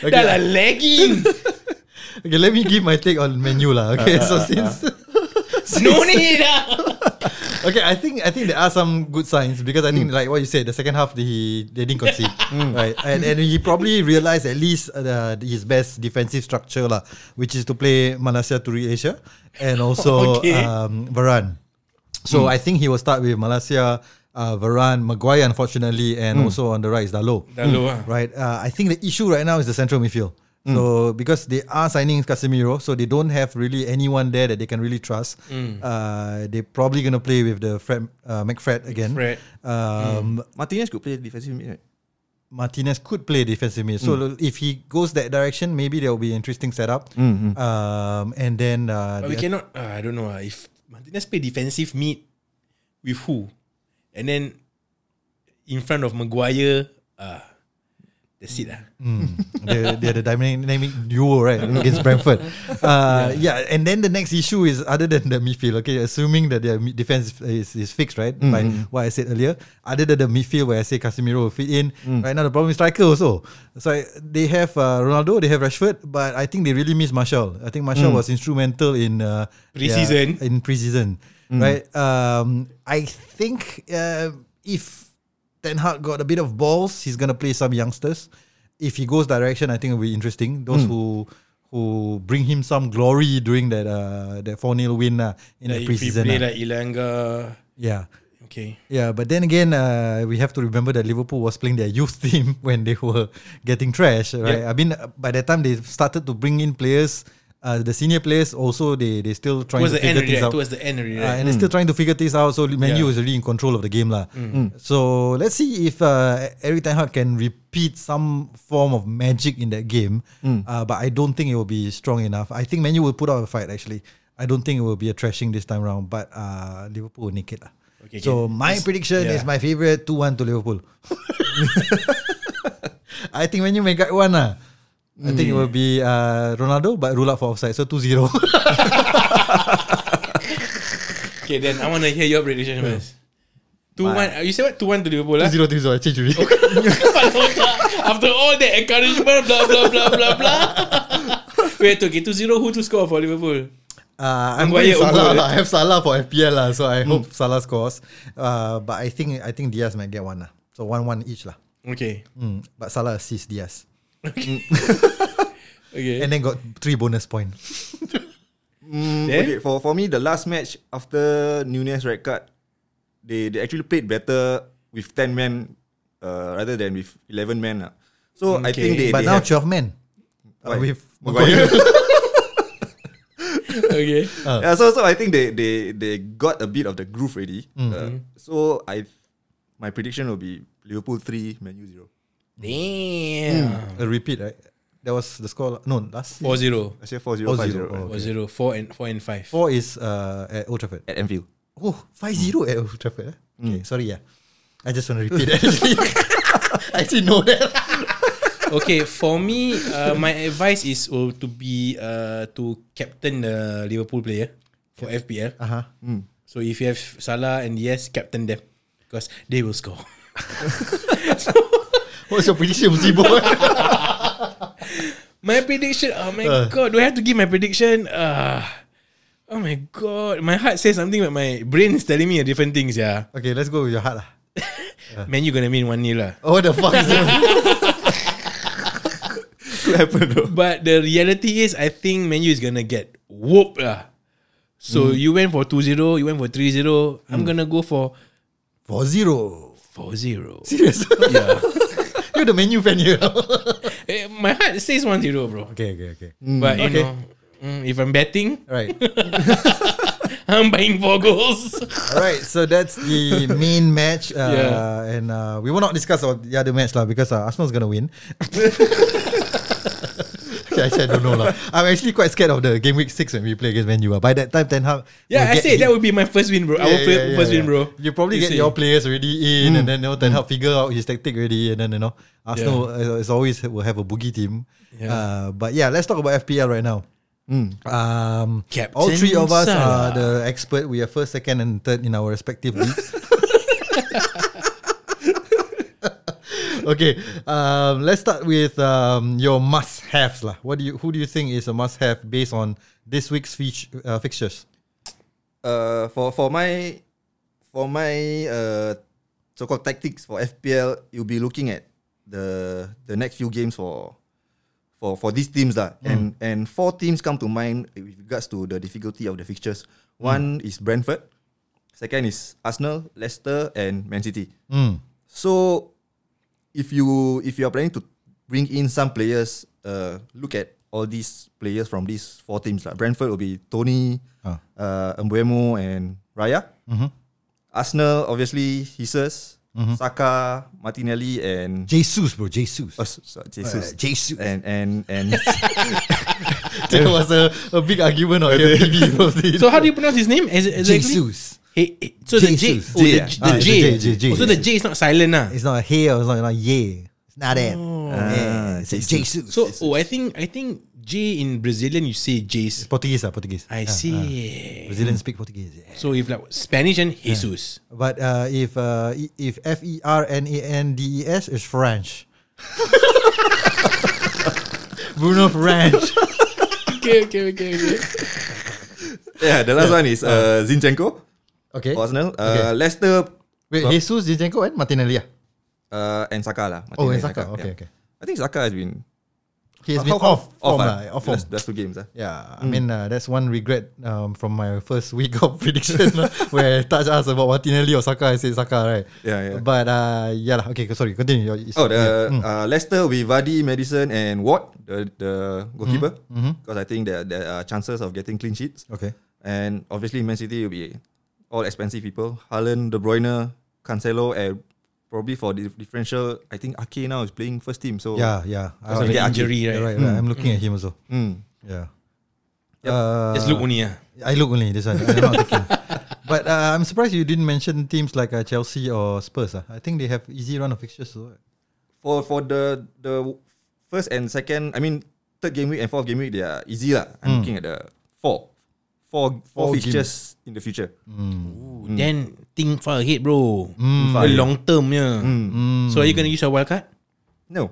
Speaker 1: okay.
Speaker 2: Dah lah lagging.
Speaker 1: Okay, let me give my take on menu lah. Okay,
Speaker 2: Uh,
Speaker 1: so since
Speaker 2: No ni dah.
Speaker 1: okay, I think I think there are some good signs because I think
Speaker 2: Hmm.
Speaker 1: like what you said, the second half he they didn't concede, right? And, and he probably realized at least uh, the- his best defensive structure lah, which is to play Malaysia to Asia and also
Speaker 2: Okay. Hmm.
Speaker 1: um, Varane. So I think he will start with Malaysia, uh, Varane, Maguire, unfortunately, and
Speaker 2: Hmm.
Speaker 1: also on the right is Dalo.
Speaker 2: Dalo, ah.
Speaker 1: right? Uh, I think the issue right now is the central midfield.
Speaker 2: Mm.
Speaker 1: So because they are signing Casemiro, so they don't have really anyone there that they can really trust.
Speaker 2: Mm.
Speaker 1: Uh, they're probably gonna play with the Fred uh, McFred again.
Speaker 2: Fred.
Speaker 1: Um,
Speaker 2: Mm.
Speaker 5: Martinez could play defensive mid, right?
Speaker 1: Martinez could play defensive mid. So
Speaker 2: Mm.
Speaker 1: if he goes that direction, maybe there will be interesting setup. Um, and then uh,
Speaker 2: Mm, But
Speaker 1: the
Speaker 2: we cannot. Uh, I don't know. Uh, if Martinez play defensive mid with who, and then in front of Maguire, uh, that's it. ah. lah.
Speaker 1: they're, they're the dynamic duo, right? Against Brentford. Uh, yeah. and then the next issue is other than the midfield, okay, assuming that their mid- defense is, is fixed, right? By what I said earlier, other than the midfield where I say Casemiro will fit in, right now the problem is striker also. So I- they have uh, Ronaldo, they have Rashford, but I think they really miss Marshall. I think Marshall was instrumental in uh, their-
Speaker 2: Pre-season.
Speaker 1: in preseason,
Speaker 2: Mm.
Speaker 1: right? Um, I think uh, if Ten Hag got a bit of
Speaker 2: Mm.
Speaker 1: balls, he's gonna play some youngsters. If he goes direction, I think it'll be interesting. Those who who who bring him some glory during that uh, that 4 0 win uh, in the
Speaker 2: Like if you
Speaker 1: preseason.
Speaker 2: play
Speaker 1: ah.
Speaker 2: like Ilanga,
Speaker 1: yeah.
Speaker 2: okay.
Speaker 1: Yeah, but then again, uh, we have to remember that Liverpool was playing their youth team when they were getting trash, right?
Speaker 2: Yeah.
Speaker 1: I mean, uh, by the time they started to bring in players, uh, the senior players also they they still trying
Speaker 2: Towards
Speaker 1: to
Speaker 2: the
Speaker 1: figure
Speaker 2: end already,
Speaker 1: things
Speaker 2: right?
Speaker 1: out.
Speaker 2: Towards the end already,
Speaker 1: Uh,
Speaker 2: right?
Speaker 1: and they're still trying to figure things out. So Man U
Speaker 2: Yeah.
Speaker 1: is really in control of the game, lah. So let's see if uh, Eric Ten Hag can repeat some form of magic in that game. Uh, but I don't think it will be strong enough. I think Man U will put out a fight. Actually, I don't think it will be a thrashing this time round. But uh, Liverpool will nick it, lah.
Speaker 2: Okay,
Speaker 1: so
Speaker 2: okay.
Speaker 1: my
Speaker 2: It's-
Speaker 1: prediction
Speaker 2: yeah.
Speaker 1: is my favorite two one to Liverpool. I think Man U may get one lah. I think it will be uh, Ronaldo, but rule out for offside. So 2-0.
Speaker 2: Okay, then I want to hear your prediction first. Two one. You say what? Two one to Liverpool. lah?
Speaker 1: 2-0, 2-0. I change already.
Speaker 2: After all that encouragement, blah blah blah blah blah. Wait, okay, 2-0 who to score for Liverpool?
Speaker 1: Uh, I'm
Speaker 2: Maguire
Speaker 1: going Salah
Speaker 2: unggul,
Speaker 1: lah. I have Salah for FPL lah, so
Speaker 5: Hmm.
Speaker 1: I hope Salah scores. Uh, but I think I think Diaz might get one lah. So one one each lah.
Speaker 2: Okay.
Speaker 1: Mm. But Salah assists Diaz,
Speaker 2: Okay.
Speaker 1: and then got three bonus point.
Speaker 5: Mm,
Speaker 2: Then?
Speaker 5: okay, for for me, the last match after Nunez red card, they they actually played better with ten men, uh, rather than with eleven men. lah. So I think
Speaker 2: Okay.
Speaker 5: they,
Speaker 1: but
Speaker 5: they
Speaker 1: now
Speaker 5: have
Speaker 1: twelve men uh,
Speaker 5: Why?
Speaker 1: with
Speaker 5: Maguire.
Speaker 1: Maguire.
Speaker 2: okay.
Speaker 5: yeah, so so I think they they they got a bit of the groove already. Uh, so I, my prediction will be Liverpool three, Man U zero.
Speaker 2: Damn.
Speaker 1: a repeat, right? That was the score. No, last
Speaker 2: 4-0.
Speaker 5: I say four zero five
Speaker 1: 4-0, oh.
Speaker 2: 4-0.
Speaker 5: zero
Speaker 2: 4 and 4 and 5.
Speaker 1: four is uh, at Old Trafford.
Speaker 5: at Anfield.
Speaker 1: Oh, 5-0 at Old Trafford. eh?
Speaker 5: Hmm.
Speaker 1: Okay, sorry yeah. I just want to repeat that. actually. I actually know that.
Speaker 2: Okay, for me, uh, my advice is uh, to be uh, to captain the Liverpool player for FPL.
Speaker 1: Uh
Speaker 5: Uh-huh.
Speaker 1: huh.
Speaker 2: So if you have Salah and Yes, captain them because they will score.
Speaker 1: What's your prediction, Zibo?
Speaker 2: My prediction. Oh my
Speaker 1: Uh.
Speaker 2: god! Do I have to give my prediction? Uh, oh my god! My heart says something, but my brain is telling me a different things. Yeah,
Speaker 1: okay, let's go with your heart lah. Uh.
Speaker 2: man, you gonna win one nil lah.
Speaker 1: Oh, the fuck is that?
Speaker 5: Could happen though.
Speaker 2: But the reality is, I think Menu is gonna get whooped lah. So
Speaker 1: Hmm.
Speaker 2: you went for 2-0, you went for 3-0. I'm gonna go for
Speaker 1: 4-0.
Speaker 2: 4-0.
Speaker 1: Serious? Yeah. You're the menu fan here.
Speaker 2: Eh, my heart says 1-0, bro.
Speaker 1: okay, okay, okay.
Speaker 2: But you
Speaker 1: Hmm, okay.
Speaker 2: know, mm, if I'm betting,
Speaker 1: All right.
Speaker 2: I'm buying four goals.
Speaker 1: All right. So that's the main match. Uh,
Speaker 2: Yeah.
Speaker 1: And uh, we will not discuss about the other match lah because uh, Arsenal's going to win. okay, actually, I don't know. lah. I'm actually quite scared of the game week six when we play against Man U. ah. By that time, Ten Hag.
Speaker 2: yeah,
Speaker 1: will
Speaker 2: I
Speaker 1: get
Speaker 2: said
Speaker 1: his-
Speaker 2: that would be my first win, bro. I Our fir- first win, bro.
Speaker 1: You probably get
Speaker 2: see. Hmm.
Speaker 1: your players already in, and then you know, then help figure out his tactic already, and then you know, Arsenal uh, as always will have a boogie team. Uh, but yeah, let's talk about FPL right now. Um,
Speaker 2: Captain
Speaker 1: all three of us are
Speaker 2: Salah.
Speaker 1: the expert. We are first, second, and third in our respective leagues. okay, um, let's start with um, your must-haves lah. What do you? Who do you think is a must-have based on this week's feature, uh, fixtures?
Speaker 5: Uh, for for my for my uh so called tactics for FPL, you'll be looking at the the next few games for for for these teams lah.
Speaker 1: Hmm.
Speaker 5: And and four teams come to mind with regards to the difficulty of the fixtures. One
Speaker 1: Hmm.
Speaker 5: is Brentford, second is Arsenal, Leicester, and Man City.
Speaker 1: Mm.
Speaker 5: So if you if you are planning to bring in some players, uh, look at all these players from these four teams. Like Brentford will be Tony,
Speaker 1: Ah.
Speaker 5: uh, Mbuemo and Raya.
Speaker 1: Mhm.
Speaker 5: Arsenal, obviously, Jesus,
Speaker 1: Mm-hmm.
Speaker 5: Saka, Martinelli, and
Speaker 1: Jesus, bro, Jesus.
Speaker 5: oh, so- so-
Speaker 1: Uh,
Speaker 5: Jesus.
Speaker 1: Jesus.
Speaker 5: and and and
Speaker 1: there was a, a big argument on FPB. about this.
Speaker 2: So how do you pronounce his name? Is, is
Speaker 1: Jesus.
Speaker 2: Hey, hey, Eh, so
Speaker 1: Jesus.
Speaker 2: the J, oh,
Speaker 5: J,
Speaker 2: the,
Speaker 5: ah.
Speaker 2: J-
Speaker 1: Ah,
Speaker 2: the
Speaker 1: it's
Speaker 2: J,
Speaker 1: a J, J, J.
Speaker 2: Oh, so the J is not silent lah.
Speaker 1: It's not here. It's not, it's not yeah. It's not that. Yeah, it's a Ah, Jesus.
Speaker 2: So oh, I think I think J in Brazilian you say
Speaker 1: it's
Speaker 2: J's.
Speaker 1: Portuguese, ah, Portuguese. Ah, ah.
Speaker 2: I see.
Speaker 1: Brazilians speak Portuguese. yeah.
Speaker 2: So if like Spanish and Jesus.
Speaker 1: But uh, if uh, i- if F E R N A N D E S is French. Bruno French.
Speaker 2: Okay, okay, okay, okay.
Speaker 5: yeah, the last one is uh, Zinchenko,
Speaker 1: Okay.
Speaker 5: Arsenal,
Speaker 1: Okay.
Speaker 5: uh, Leicester,
Speaker 1: Wait, Jesus, Zinchenko, and Martinelli. ah?
Speaker 5: uh, and Saka lah.
Speaker 1: Oh, and
Speaker 5: Martinelli
Speaker 1: Saka. Okay,
Speaker 5: yeah.
Speaker 1: okay.
Speaker 5: I think Saka has been
Speaker 1: he has been
Speaker 5: How- how-
Speaker 1: off form,
Speaker 5: ah.
Speaker 1: lah, off form.
Speaker 5: That's, that's two games. ah.
Speaker 1: Yeah, I mean uh, that's one regret um, from my first week of prediction lah, where Taj asked about Martinelli or Saka. I said Saka, right?
Speaker 5: Yeah, yeah.
Speaker 1: But uh, yeah lah. Okay, sorry. Continue. Your- it's-
Speaker 5: Oh, the
Speaker 1: yeah. Mm.
Speaker 5: uh, Leicester with Vardy, Madison, and Watt, the the goalkeeper, because I think there there are chances of getting clean sheets.
Speaker 1: Mm-hmm. okay.
Speaker 5: And obviously, Man City will be all expensive people. Haaland, De Bruyne, Cancelo, and probably for the differential, I think Ake now is playing first team. So
Speaker 1: Yeah, yeah.
Speaker 5: Because of the
Speaker 1: yeah,
Speaker 2: injury,
Speaker 1: yeah,
Speaker 2: right?
Speaker 1: right, right. I'm looking at him also.
Speaker 5: mm,
Speaker 1: Yeah.
Speaker 5: Yep.
Speaker 1: Uh,
Speaker 2: Just look only ah.
Speaker 1: I look only this one. I'm not taking. But uh, I'm surprised you didn't mention teams like uh, Chelsea or Spurs. Uh. I think they have easy run of fixtures. So.
Speaker 5: for for the the first and second, I mean third game week and fourth game week, they are easy lah. I'm looking at the four, four, four
Speaker 1: Four
Speaker 5: fixtures in the future.
Speaker 1: Mm.
Speaker 2: Ooh, Then think far ahead, bro.
Speaker 5: far
Speaker 2: The
Speaker 5: ahead.
Speaker 2: long term, yeah.
Speaker 1: Mm.
Speaker 2: So are you gonna use your wild card?
Speaker 5: No,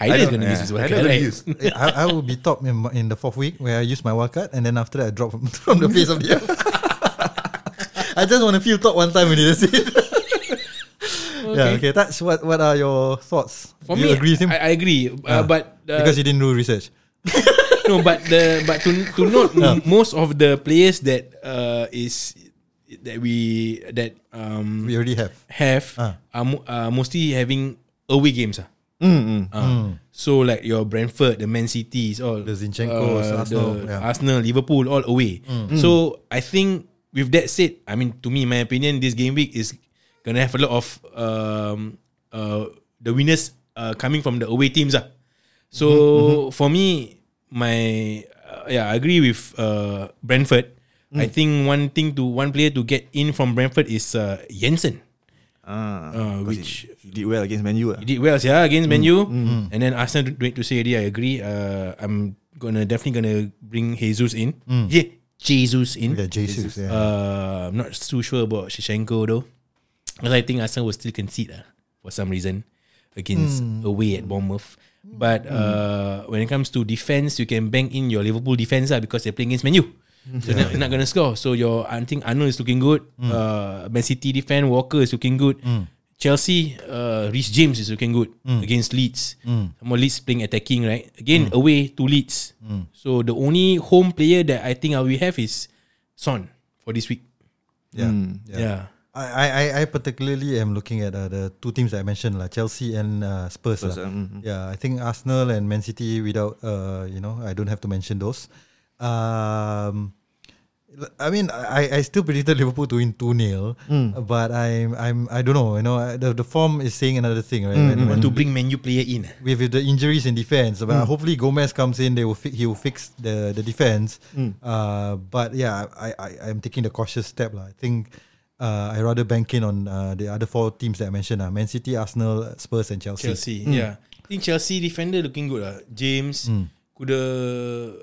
Speaker 2: Haider is
Speaker 5: don't-
Speaker 2: gonna use
Speaker 5: yeah,
Speaker 2: his wild
Speaker 5: Haider
Speaker 2: card.
Speaker 5: gonna
Speaker 2: right?
Speaker 5: use.
Speaker 1: Eh, I, I will be top in, in the fourth week where I use my wild card and then after that I drop from, from the face of the earth. I just want to feel top one time and that's it. Yeah, okay. That's what. What are your thoughts?
Speaker 2: For
Speaker 1: Do
Speaker 2: me,
Speaker 1: you agree with him?
Speaker 2: I, I agree,
Speaker 1: Ah.
Speaker 2: uh, but uh,
Speaker 1: because you didn't do research.
Speaker 2: no, but the but to to note m- most of the players that uh is that we that um
Speaker 1: We already have.
Speaker 2: have
Speaker 1: Ah.
Speaker 2: are, mo- are mostly having away games ah.
Speaker 5: Mm, mm.
Speaker 2: Ah. So like your Brentford, the Man Cities, all
Speaker 1: Hmm.
Speaker 2: uh,
Speaker 1: The Zinchenko's, Arsenal,
Speaker 2: the
Speaker 1: yeah. Hmm.
Speaker 2: Arsenal, Liverpool, all away. So I think with that said, I mean to me, my opinion, this game week is gonna have a lot of um uh the winners uh, coming from the away teams ah. So
Speaker 1: Hmm,
Speaker 2: for me, my uh, yeah, I agree with uh Brentford.
Speaker 1: Hmm.
Speaker 2: I think one thing to one player to get in from Brentford is uh Jensen,
Speaker 5: Ah,
Speaker 2: uh,
Speaker 5: because
Speaker 2: which
Speaker 5: he, he did well against Man U. ah.
Speaker 2: he did well, yeah, against Menu, And then Arsenal do it to say already, I agree. Uh, I'm gonna definitely gonna bring Jesus in. Yeah, Jesus in.
Speaker 1: Yeah, Jesus. Yeah.
Speaker 2: Uh, I'm not too sure about Shishenko though. Because I think Arsenal will still concede uh, for some reason against away at Bournemouth. But uh, when it comes to defense, you can bank in your Liverpool defense uh, because they're playing against Menu. So they're not, not going to score. So your I think Arnold is looking good. Uh, Man City defense, Walker is looking good. Chelsea, uh, Reece James is looking good against Leeds. Some more Leeds playing attacking, right? Again, away to Leeds. So the only home player that I think I will have is Son for this week.
Speaker 1: yeah.
Speaker 5: Mm.
Speaker 1: yeah.
Speaker 2: Yeah.
Speaker 1: I, I, I- I particularly am looking at uh, the two teams I mentioned, like Chelsea and uh, Spurs.
Speaker 5: Spurs,
Speaker 1: lah.
Speaker 5: ah, mm, mm.
Speaker 1: Yeah, I think Arsenal and Man City. Without uh, you know, I don't have to mention those. Um, I mean, I, I still predicted Liverpool to win two 0
Speaker 5: Mm.
Speaker 1: but I'm I'm I don't know. You know, I- the, the form is saying another thing,
Speaker 5: Mm,
Speaker 1: right? When- when
Speaker 2: Want to bring menu player in. ah?
Speaker 1: with with the injuries in defense. But hopefully Gomez comes in, they will fi- he will fix the the defense. Uh, but yeah, I I i am taking the cautious step lah. I think uh, I rather bank in on uh, the other four teams that I mentioned: uh, Man City, Arsenal, Spurs, and Chelsea.
Speaker 2: Chelsea. Yeah. I think Chelsea defender looking good. Uh. James,
Speaker 1: Hmm.
Speaker 2: Kuda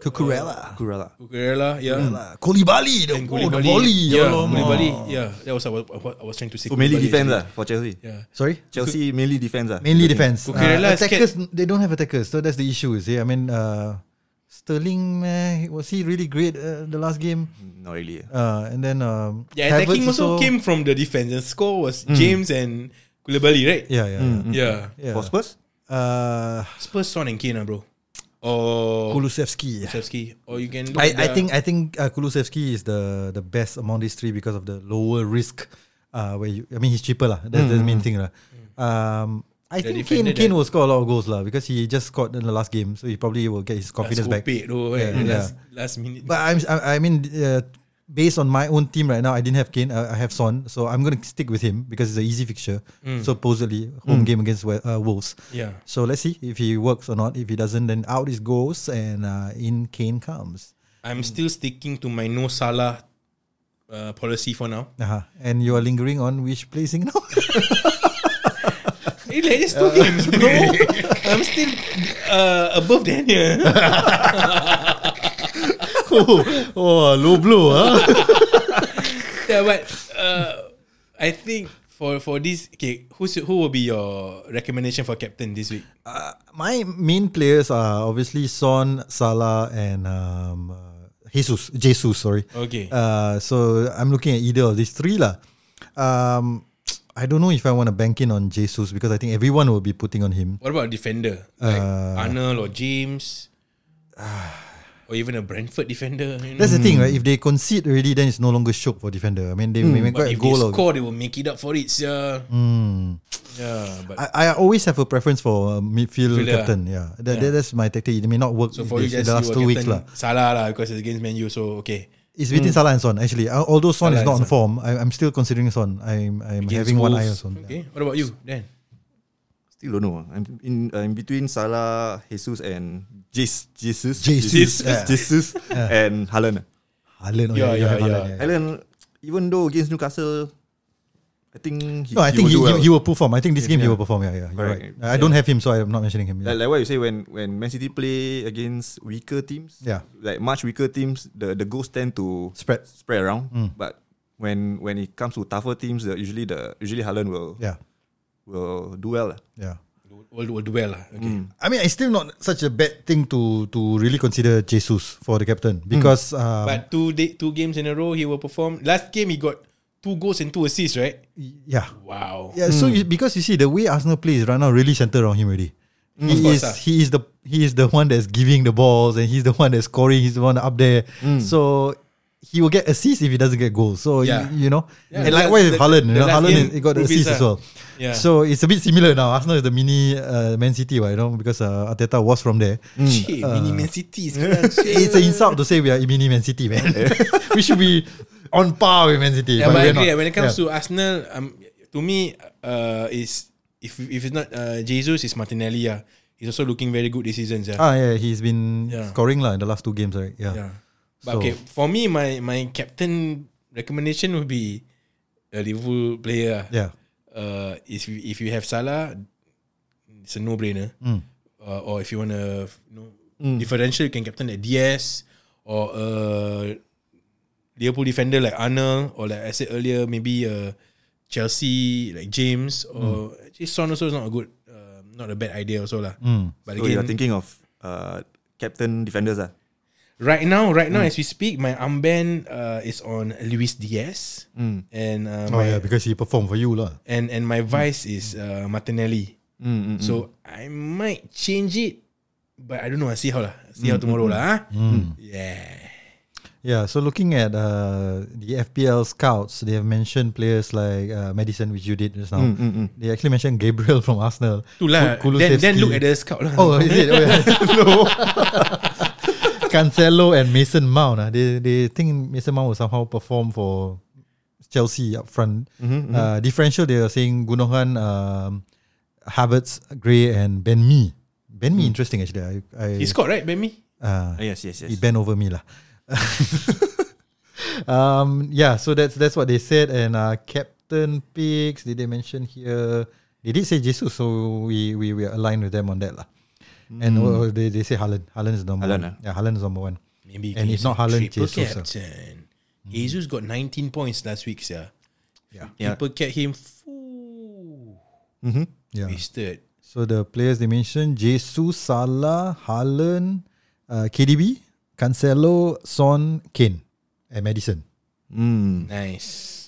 Speaker 1: Cucurella,
Speaker 5: Kurala.
Speaker 2: Kukurela, yeah.
Speaker 1: uh, Koulibaly, the,
Speaker 2: And
Speaker 1: oh, the
Speaker 2: Koulibaly.
Speaker 1: volley,
Speaker 2: Yeah,
Speaker 1: alamak.
Speaker 2: Koulibaly. Yeah, that was what, what I was trying to say.
Speaker 5: So mainly
Speaker 2: Koulibaly,
Speaker 5: defense
Speaker 2: actually.
Speaker 5: lah for Chelsea.
Speaker 2: Yeah.
Speaker 1: Sorry.
Speaker 5: Chelsea mainly defense lah.
Speaker 1: Mainly defense. Uh,
Speaker 2: Cucurella is
Speaker 1: attackers, they don't have attackers, so that's the issue. You see, I mean, uh, Sterling, eh, was he really great uh, the last game?
Speaker 5: Hmm, Not really.
Speaker 1: Uh, and then um,
Speaker 2: Yeah, attacking
Speaker 1: Havertz
Speaker 2: also came from the defense. The score was James and Koulibaly, right?
Speaker 1: Yeah, yeah, yeah.
Speaker 2: Yeah.
Speaker 1: yeah.
Speaker 5: For Spurs?
Speaker 1: uh,
Speaker 2: Spurs, Son and Kane, ah, bro. Or
Speaker 1: Kulusevski.
Speaker 2: Kulusevski. Or you can look
Speaker 1: I,
Speaker 2: at
Speaker 1: I
Speaker 2: the-
Speaker 1: think I think uh, Kulusevski is the the best among these three because of the lower risk. Uh, where you, I mean, he's cheaper lah. That's the main thing lah. Um, I
Speaker 2: The
Speaker 1: think
Speaker 2: defender
Speaker 1: Kane, Kane
Speaker 2: that-
Speaker 1: will score a lot of goals lah because he just scored in the last game, so he probably will get his confidence
Speaker 2: That's
Speaker 1: back.
Speaker 2: opaque though, right?
Speaker 1: Yeah,
Speaker 2: Last, last minute.
Speaker 1: But I'm I, I mean, uh, based on my own team right now, I didn't have Kane. uh, I, I have Son, so I'm gonna stick with him because it's an easy fixture. Supposedly home game against Wel- uh, Wolves.
Speaker 2: yeah.
Speaker 1: So let's see if he works or not. If he doesn't, then out is goes and uh, in Kane comes.
Speaker 2: I'm still sticking to my no Salah uh, policy for now.
Speaker 1: Uh-huh. And you are lingering on which placing now?
Speaker 2: Hey, like, just two games, bro. I'm still uh, above Daniel.
Speaker 1: oh, oh, low blow, huh?
Speaker 2: yeah, but uh, I think for for this, okay, who's, who will be your recommendation for captain this week?
Speaker 1: Uh, My main players are obviously Son, Salah, and um, uh, Jesus. Jesus, sorry.
Speaker 2: Okay.
Speaker 1: Uh, so I'm looking at either of these three, lah. Um, I don't know if I want to bank in on Jesus because I think everyone will be putting on him.
Speaker 2: What about defender?
Speaker 1: Uh,
Speaker 2: Like Arnold or James? or even a Brentford defender? You know?
Speaker 1: That's the thing, right? If they concede already, then it's no longer shock for defender. I mean, they may make quite a
Speaker 2: Hmm. But if they
Speaker 1: goal. Out.
Speaker 2: score, they will make it up for it. Yeah. Yeah, but
Speaker 1: I, I always have a preference for a midfield
Speaker 2: Midfielder,
Speaker 1: captain. Yeah, that, that- that's my tactic. It may not work
Speaker 2: so for
Speaker 1: the,
Speaker 2: you guys,
Speaker 1: the last
Speaker 2: you
Speaker 1: two
Speaker 2: were
Speaker 1: weeks, lah.
Speaker 2: captain Salah lah because it's against Man U. So okay,
Speaker 1: It's between Salah and Son actually. Al- Although Son
Speaker 2: Salah
Speaker 1: is not on
Speaker 2: and
Speaker 1: form, I, I'm still considering Son. I'm I'm
Speaker 2: Against
Speaker 1: having one eye on
Speaker 2: Wolves.
Speaker 1: Son.
Speaker 2: Okay, what about you, Dan?
Speaker 5: Still don't know. I'm in uh, in between Salah, Jesus, and Jis, Jesus,
Speaker 1: Jesus,
Speaker 5: Jesus,
Speaker 1: yeah.
Speaker 5: Jesus, and Haaland.
Speaker 1: Haaland, oh
Speaker 2: Yeah,
Speaker 1: you
Speaker 2: yeah,
Speaker 1: have Haaland,
Speaker 2: yeah.
Speaker 5: Haaland, even though against Newcastle, I think he,
Speaker 1: No, I think he,
Speaker 5: will
Speaker 1: he,
Speaker 5: do well.
Speaker 1: he will perform. I think this game he will perform. Yeah, yeah. you're
Speaker 5: Correct.
Speaker 1: right. I don't have him, so I'm not mentioning him.
Speaker 5: Like,
Speaker 1: Yeah.
Speaker 5: like what you say when when Man City play against weaker teams,
Speaker 1: Yeah.
Speaker 5: like much weaker teams, the the goals tend to
Speaker 1: Spread.
Speaker 5: spread around.
Speaker 1: Hmm.
Speaker 5: But when when it comes to tougher teams, the, usually the usually Haaland will
Speaker 1: Yeah,
Speaker 5: will do well. lah.
Speaker 1: yeah.
Speaker 2: Will will do well lah. Okay.
Speaker 1: I mean, it's still not such a bad thing to to really consider Jesus for the captain because um,
Speaker 2: But two day, two games in a row, he will perform. Last game, he got two goals and two assists, right?
Speaker 1: yeah,
Speaker 2: Wow.
Speaker 1: yeah. So you, because you see the way Arsenal plays right now, really centered on him already. He
Speaker 2: course,
Speaker 1: is
Speaker 2: ah.
Speaker 1: he is the he is the one that's giving the balls and he's the one that's scoring. He's the one up there.
Speaker 2: Hmm.
Speaker 1: So he will get assists if he doesn't get goals. So you-
Speaker 2: Yeah.
Speaker 1: you, know,
Speaker 2: Yeah,
Speaker 1: and
Speaker 2: the-
Speaker 1: likewise with
Speaker 2: the-
Speaker 1: Haaland, you
Speaker 2: the
Speaker 1: know,
Speaker 2: last
Speaker 1: Haaland
Speaker 2: game
Speaker 1: is- he got the
Speaker 2: proves
Speaker 1: assists
Speaker 2: ah.
Speaker 1: as well.
Speaker 2: Yeah.
Speaker 1: So it's a bit similar now. Arsenal is the mini uh, Man City, right? You know, because uh, Arteta was from there.
Speaker 2: Cik, mini Man City sekarang. cik.
Speaker 1: Hmm. Uh. It's an insult to say we are mini Man City, man. we should be on par with Man City.
Speaker 2: Yeah, but, I
Speaker 1: we're
Speaker 2: agree.
Speaker 1: not.
Speaker 2: When it comes
Speaker 1: Yeah.
Speaker 2: to Arsenal, um, to me, uh, is if if it's not uh, Jesus, it's Martinelli. Yeah, he's also looking very good this season. Yeah.
Speaker 1: ah yeah, he's been
Speaker 2: Yeah.
Speaker 1: scoring lah in the last two games, right? Yeah.
Speaker 2: yeah. But
Speaker 1: So-
Speaker 2: okay, for me, my my captain recommendation would be a Liverpool player. ah.
Speaker 1: yeah.
Speaker 2: Uh, if you, if you have Salah, it's a no-brainer.
Speaker 1: Hmm.
Speaker 2: Uh, or if you want to know differential, you can captain at DS or a Liverpool defender like Arnold or like I said earlier, maybe uh, Chelsea like James or
Speaker 1: Hmm.
Speaker 2: actually Son also is not a good, uh, not a bad idea also lah. But
Speaker 5: So
Speaker 2: again,
Speaker 5: you're thinking of uh, captain defenders, ah?
Speaker 2: Right now, right
Speaker 1: Hmm.
Speaker 2: now as we speak, my armband uh, is on Luis Diaz, and uh,
Speaker 1: Oh
Speaker 2: my
Speaker 1: yeah, because he performed for you lah.
Speaker 2: and and my vice is uh, Martinelli.
Speaker 1: Hmm,
Speaker 2: So
Speaker 1: Mm.
Speaker 2: I might change it, but I don't know. I see how lah. See
Speaker 1: Mm,
Speaker 2: how tomorrow lah. ah. Yeah.
Speaker 1: Yeah. So looking at uh, the FPL scouts, they have mentioned players like uh, Madison, which you did just now. They actually mentioned Gabriel from Arsenal.
Speaker 2: Tu lah.
Speaker 1: Kul-
Speaker 2: Then,
Speaker 1: Kulusevski.
Speaker 2: then look at the scout lah.
Speaker 1: Oh, is it? Oh, yeah. Cancelo and Mason Mount. ah, They they think Mason Mount will somehow perform for Chelsea up front. Uh, differential, they are saying Gunohan, um, Havertz, Gray, and Ben Me. Ben Me, interesting actually. I, I,
Speaker 2: He scored right, Bemi?
Speaker 1: uh,
Speaker 5: Ah, yes, yes, yes.
Speaker 1: he bent over me lah. um, yeah, so that's that's what they said. And uh, Captain Pigs, did they mention here? They did say Jesus, so we we we are aligned with them on that lah. And oh, they they say Haaland. Haaland is number
Speaker 5: Haaland,
Speaker 1: one.
Speaker 5: ah.
Speaker 1: Yeah, Haaland is number one.
Speaker 2: Maybe.
Speaker 1: And if
Speaker 2: he's
Speaker 1: not Haaland,
Speaker 2: triple
Speaker 1: Jesus, ah.
Speaker 2: captain. Jesus got 19 points last week, sir.
Speaker 1: Yeah.
Speaker 5: Yeah.
Speaker 2: People kept him full.
Speaker 5: Mm-hmm.
Speaker 1: Yeah.
Speaker 2: Wasted.
Speaker 1: So the players they mentioned: Jesus, Salah, Haaland, uh, KDB, Cancelo, Son, Kane, and Madison. Mm.
Speaker 2: Nice.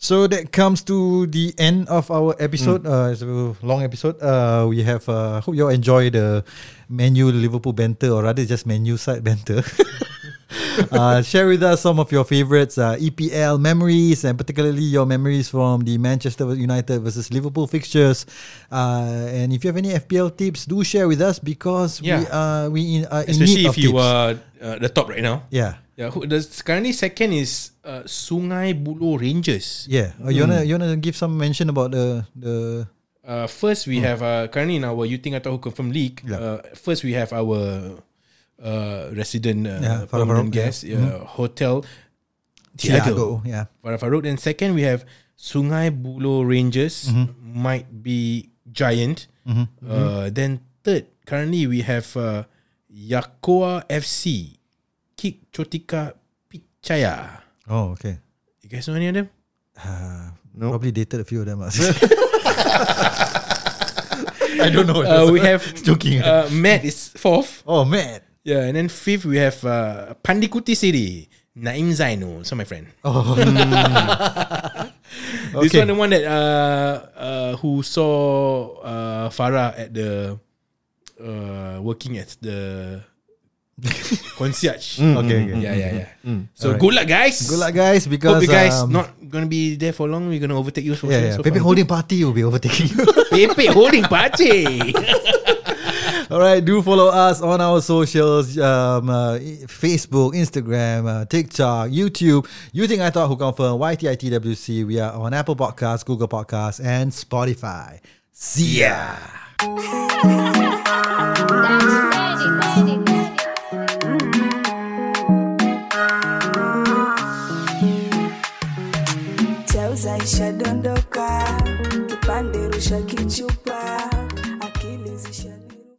Speaker 1: So that comes to the end of our episode.
Speaker 2: Hmm.
Speaker 1: Uh, it's a long episode. Uh, we have. Uh, hope you all enjoy the menu Liverpool banter, or rather just menu side banter. uh, share with us some of your favorites uh, EPL memories, and particularly your memories from the Manchester United versus Liverpool fixtures. Uh, and if you have any FPL tips, do share with us because we
Speaker 2: Yeah.
Speaker 1: are we in, are in
Speaker 2: Especially
Speaker 1: need of
Speaker 2: if you
Speaker 1: tips.
Speaker 2: are uh, the top right now.
Speaker 1: yeah.
Speaker 2: Yeah, who, the, sekarang ni second is uh, Sungai Buloh Rangers.
Speaker 1: Yeah, uh, you
Speaker 2: Hmm.
Speaker 1: wanna you wanna give some mention about the the
Speaker 2: Uh, first, we have uh, currently in our You Think I Thought Who Confirm League. Uh, first, we have our uh, resident uh,
Speaker 1: Yeah, Farah Farooq,
Speaker 2: permanent guest,
Speaker 1: yeah.
Speaker 2: uh, hotel Tiago.
Speaker 1: Thiago, yeah.
Speaker 2: Farah Farooq. And second, we have Sungai Buloh Rangers. Might be giant. Uh, then third, currently we have uh, Yakoa FC, Kik Chotika Pichaya.
Speaker 1: Oh, okay.
Speaker 2: You guys know any of them?
Speaker 5: No.
Speaker 1: Probably dated a few of them. ah. I don't know.
Speaker 2: Uh, we have
Speaker 1: joking.
Speaker 2: Uh, Matt is fourth.
Speaker 1: oh man.
Speaker 2: Yeah, and then fifth we have uh, Pandikuti City, Naim Zainul, so my friend.
Speaker 1: Oh,
Speaker 2: This
Speaker 1: Okay.
Speaker 2: one the one that uh, uh, who saw uh, Farah at the uh, working at the concierge.
Speaker 1: okay, okay.
Speaker 2: Yeah, yeah, yeah. So good luck, guys.
Speaker 1: mm, Good luck, guys. Because
Speaker 2: Hope you guys
Speaker 1: um,
Speaker 2: not gonna be there for long. We're gonna overtake you. So
Speaker 1: Yeah, yeah.
Speaker 2: so
Speaker 1: Pepe
Speaker 2: far.
Speaker 1: holding party will be overtaking you.
Speaker 2: Pepe holding party.
Speaker 1: All right, do follow us on our socials um, uh, I- Facebook, Instagram, uh, TikTok, YouTube. You think I thought who confirm YTITWC. We are on Apple Podcasts, Google Podcasts, and Spotify. See ya.
Speaker 3: Magic, magic.
Speaker 6: chauza ishadondoka, kipande rusha kichupa.